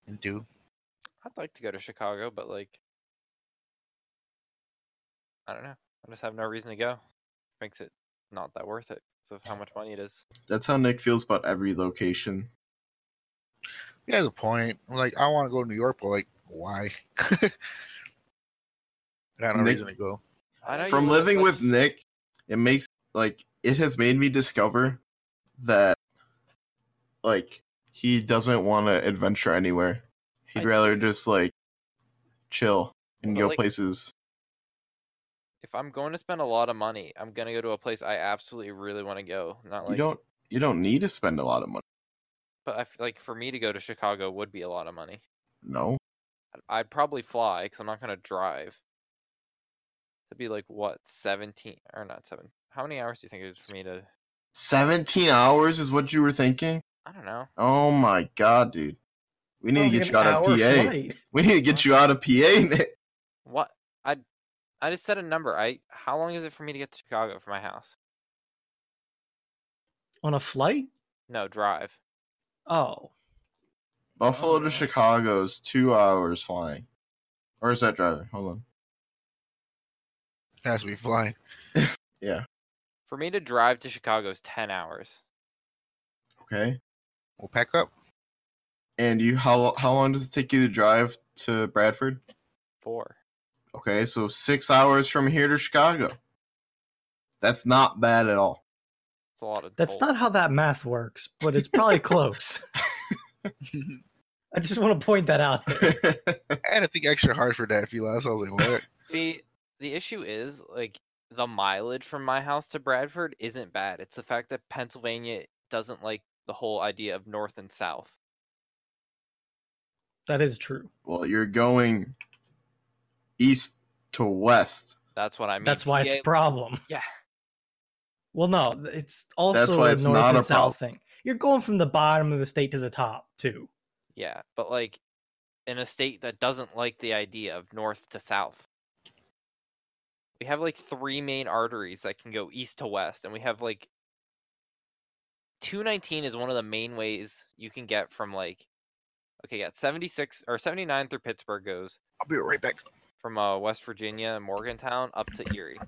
Speaker 4: and do.
Speaker 1: I'd like to go to Chicago, but like, I don't know. I just have no reason to go. Makes it not that worth it because of how much money it is.
Speaker 2: That's how Nick feels about every location.
Speaker 4: He has a point. I'm like, I want to go to New York, but like, why? [laughs] I got no
Speaker 2: Nick-
Speaker 4: reason to go.
Speaker 1: I know you
Speaker 2: From
Speaker 1: live in
Speaker 2: living
Speaker 1: such-
Speaker 2: with Nick, it makes like it has made me discover that like he doesn't want to adventure anywhere. He'd
Speaker 1: I-
Speaker 2: rather just like chill and
Speaker 1: But,
Speaker 2: go
Speaker 1: like-
Speaker 2: places.
Speaker 1: if I'm going to spend a lot of money, I'm gonna go to a place I absolutely really want to go. Not like
Speaker 2: you don't you don't need to spend a lot of money.
Speaker 1: but I f- like for me to go to Chicago would be a lot of money.
Speaker 2: No.
Speaker 1: I'd- I'd probably fly because I'm not gonna drive. It'd be like what seventeen or not seven? How many hours do you think it is for me to?
Speaker 2: 17 hours is what you were thinking?
Speaker 1: I don't know.
Speaker 2: Oh my god, dude. We need to
Speaker 3: Only
Speaker 2: get
Speaker 3: an
Speaker 2: you out of
Speaker 3: hour
Speaker 2: PA.
Speaker 3: flight.
Speaker 2: [laughs] We need to get you out of PA, Nick.
Speaker 1: What I I just said a number. I how long is it for me to get to Chicago from my house?
Speaker 3: on a flight.
Speaker 1: No, drive.
Speaker 3: Oh,
Speaker 2: Buffalo
Speaker 1: Oh.
Speaker 2: to Chicago is two hours flying. Or is that driving? Hold on.
Speaker 4: It has to be flying.
Speaker 2: Yeah.
Speaker 1: For me to drive to Chicago is ten hours.
Speaker 2: Okay.
Speaker 4: We'll pack up.
Speaker 2: And you how how long does it take you to drive to Bradford?
Speaker 1: Four.
Speaker 2: Okay, so six hours from here to Chicago. That's not bad at all. [laughs]
Speaker 1: It's a lot of.
Speaker 3: that's
Speaker 1: toll.
Speaker 3: not how that math works, but it's
Speaker 1: [laughs]
Speaker 3: probably close. I just want to point that out. there.
Speaker 1: [laughs]
Speaker 4: I had to think extra hard for that a few last. I was like, what?
Speaker 1: the the issue is like the mileage from my house to Bradford isn't bad. It's the fact that Pennsylvania doesn't like the whole idea of north and south.
Speaker 3: That is true.
Speaker 2: well, you're going east to west.
Speaker 1: That's what I mean.
Speaker 3: That's why it's a
Speaker 1: PA
Speaker 3: problem.
Speaker 1: Yeah.
Speaker 3: Well, no, th- it's also
Speaker 2: why
Speaker 3: a
Speaker 2: it's
Speaker 3: north
Speaker 2: not
Speaker 3: and
Speaker 2: a
Speaker 3: south thing. You're going from the bottom of the state to the top too.
Speaker 1: Yeah, but like in a state that doesn't like the idea of north to south. We have like three main arteries that can go east to west, and we have like 219 is one of the main ways you can get from like okay, yeah, 76 or 79 through Pittsburgh goes
Speaker 4: I'll be right back.
Speaker 1: from uh, West Virginia and Morgantown up to Erie.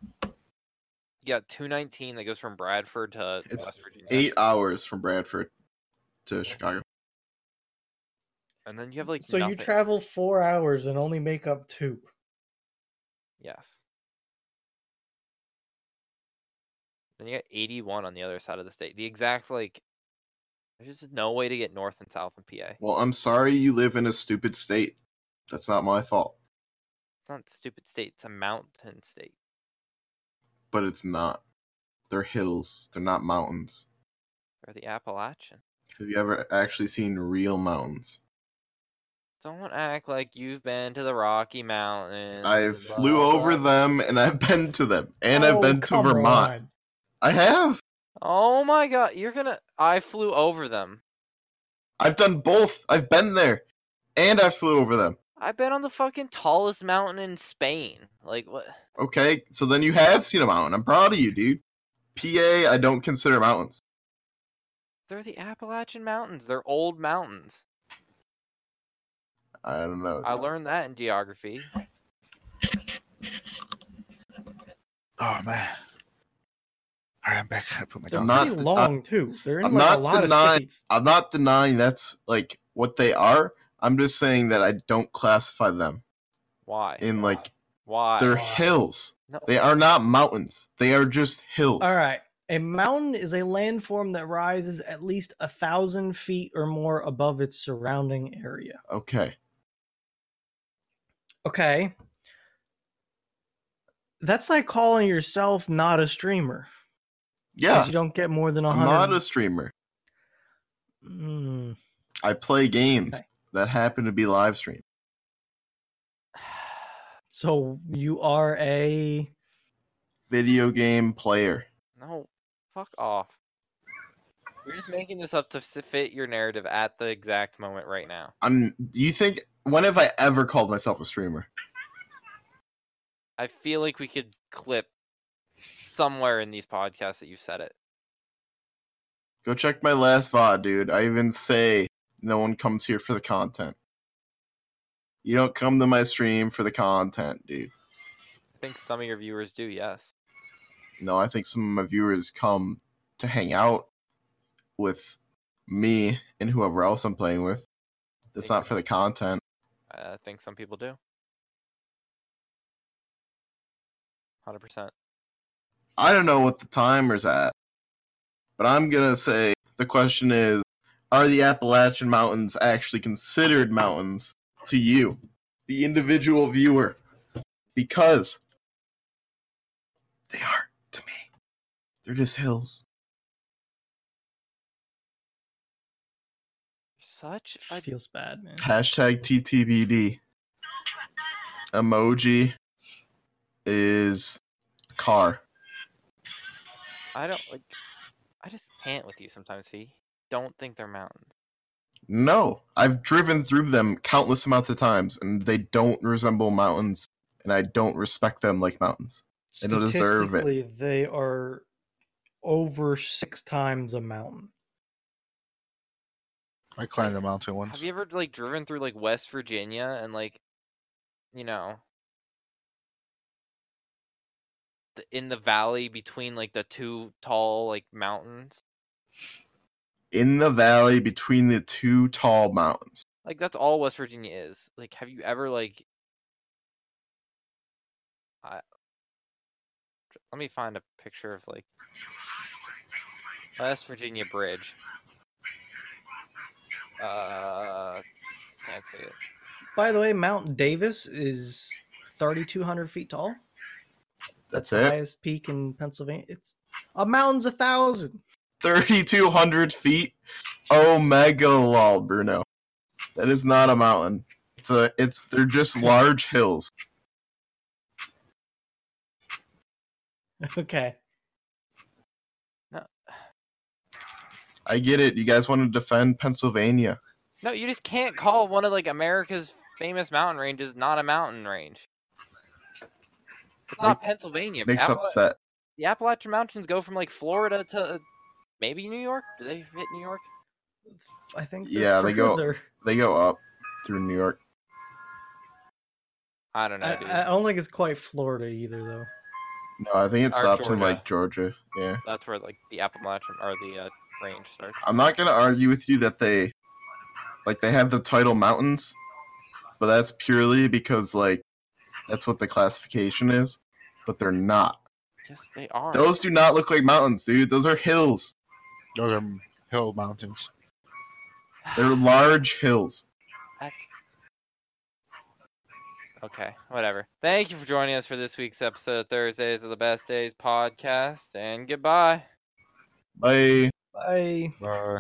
Speaker 1: You got 219 that goes from Bradford to
Speaker 2: It's
Speaker 1: West Virginia.
Speaker 2: Eight hours from Bradford to Chicago.
Speaker 1: And then you have like
Speaker 3: so you
Speaker 1: nothing.
Speaker 3: travel four hours and only make up two.
Speaker 1: Yes. Then you got 81 on the other side of the state. The exact, like, there's just no way to get north and south in PA. It's
Speaker 2: Well, I'm sorry you live in a stupid state. That's not my fault,
Speaker 1: not a stupid state, it's a mountain state.
Speaker 2: but it's not. They're hills, they're not mountains.
Speaker 1: Or the Appalachian.
Speaker 2: Have you ever actually seen real mountains?
Speaker 1: Don't act like you've been to the Rocky Mountains.
Speaker 2: I
Speaker 1: and blah,
Speaker 2: flew
Speaker 1: blah,
Speaker 2: over
Speaker 1: blah.
Speaker 2: them and I've been to them and
Speaker 3: Oh,
Speaker 2: I've been to
Speaker 3: come
Speaker 2: Vermont.
Speaker 3: on.
Speaker 2: I have.
Speaker 1: Oh my god, you're gonna. I flew over them.
Speaker 2: I've done both. I've been there and I flew over them.
Speaker 1: I've been on the fucking tallest mountain in Spain. Like, what?
Speaker 2: Okay, so then you have seen a mountain. I'm proud of you, dude. PA, I don't consider mountains.
Speaker 1: They're the Appalachian Mountains. They're old mountains.
Speaker 2: I don't [laughs] know.
Speaker 1: I learned that in geography.
Speaker 4: Oh man. All right, I'm back. I put my
Speaker 3: They're
Speaker 2: I'm
Speaker 4: dog.
Speaker 2: not
Speaker 3: pretty
Speaker 2: de-
Speaker 3: long too. They're in
Speaker 2: I'm
Speaker 3: like a
Speaker 2: not
Speaker 3: lot of
Speaker 2: denying-
Speaker 3: states.
Speaker 2: I'm not denying that's like what they are. I'm just saying that I don't classify them
Speaker 1: Why?
Speaker 2: in like
Speaker 1: Why?
Speaker 2: they're hills.
Speaker 1: No.
Speaker 2: They are not mountains. They are just hills.
Speaker 3: All right. A mountain is a landform that rises at least a thousand feet or more above its surrounding area.
Speaker 2: Okay.
Speaker 3: Okay. That's like calling yourself not a streamer. 'cause
Speaker 2: Yeah.
Speaker 3: You don't get more than a
Speaker 2: I'm
Speaker 3: 100.
Speaker 2: not a streamer.
Speaker 3: Mm,
Speaker 2: I play games
Speaker 3: Okay.
Speaker 2: that happen to be live streamed.
Speaker 3: so you are a.
Speaker 2: Video game player.
Speaker 1: no, fuck off. You're just making this up to s- fit your narrative at the exact moment right now.
Speaker 2: I'm do you think when have I ever called myself a streamer?
Speaker 1: I feel like we could clip somewhere in these podcasts that you said it.
Speaker 2: Go check my last VOD, dude. I even say no one comes here for the content. You don't come to my stream for the content, dude.
Speaker 1: I think some of your viewers do, yes.
Speaker 2: No, I think some of my viewers come to hang out with me and whoever else I'm playing with. That's not for the content.
Speaker 1: I I think some people do. 100%.
Speaker 2: I don't know what the timer's at, but I'm gonna say the question is: Are the Appalachian Mountains actually considered mountains to you, the individual viewer? Because they aren't to me. They're just hills.
Speaker 1: Such a
Speaker 3: Feels bad, man.
Speaker 2: Hashtag TTBD. Emoji is car.
Speaker 1: I don't like. I just can't with you sometimes. See, don't think they're mountains.
Speaker 2: No, I've driven through them countless amounts of times, and they don't resemble mountains, and I don't respect them like mountains. They don't deserve it.
Speaker 3: Statistically, They are over six times a mountain.
Speaker 4: I climbed a mountain once.
Speaker 1: Have you ever like driven through like West Virginia and like, you know, the, in the valley between like the two tall like mountains?
Speaker 2: In the valley between the two tall mountains.
Speaker 1: Like that's all West Virginia is. Like, have you ever like? I let me find a picture of like West Virginia Bridge. Uh, can't see it.
Speaker 3: By the way, Mount Davis is 3,200 feet tall.
Speaker 2: That's
Speaker 3: the
Speaker 2: it.
Speaker 3: highest peak in Pennsylvania. It's a mountain's
Speaker 2: [laughs]
Speaker 3: a thousand.
Speaker 2: 3,200 feet. Oh my god, Bruno. That is not a mountain. It's a. It's they're just large hills.
Speaker 3: Okay.
Speaker 2: I get it. You guys want to defend Pennsylvania?
Speaker 1: No, you just can't call one of like America's famous mountain ranges not a mountain range. It's not Pennsylvania.
Speaker 2: Nick's
Speaker 1: Appala-
Speaker 2: upset.
Speaker 1: The Appalachian Mountains go from like Florida to uh, maybe New York. Do they hit New York?
Speaker 3: I think.
Speaker 2: Yeah,
Speaker 3: they're
Speaker 2: they go- [laughs]
Speaker 3: further.
Speaker 2: They go up through New York.
Speaker 1: I don't know.
Speaker 3: I,
Speaker 1: dude.
Speaker 3: I oh. don't think it's quite Florida either, though.
Speaker 2: No, I think it
Speaker 1: Or
Speaker 2: stops in like Georgia. Yeah.
Speaker 1: That's where like the Appalachian or the uh, range starts.
Speaker 2: I'm not gonna argue with you that they like they have the title mountains, but that's purely because like that's what the classification is. But they're not.
Speaker 1: Yes, they are.
Speaker 2: Those do not look like mountains, dude. Those are hills.
Speaker 4: Those are hill mountains.
Speaker 1: [sighs]
Speaker 2: They're large hills.
Speaker 1: That's... Okay, whatever. Thank you for joining us for this week's episode of Thursdays of the Best Days podcast, and goodbye.
Speaker 2: Bye.
Speaker 3: Bye.
Speaker 4: Uh,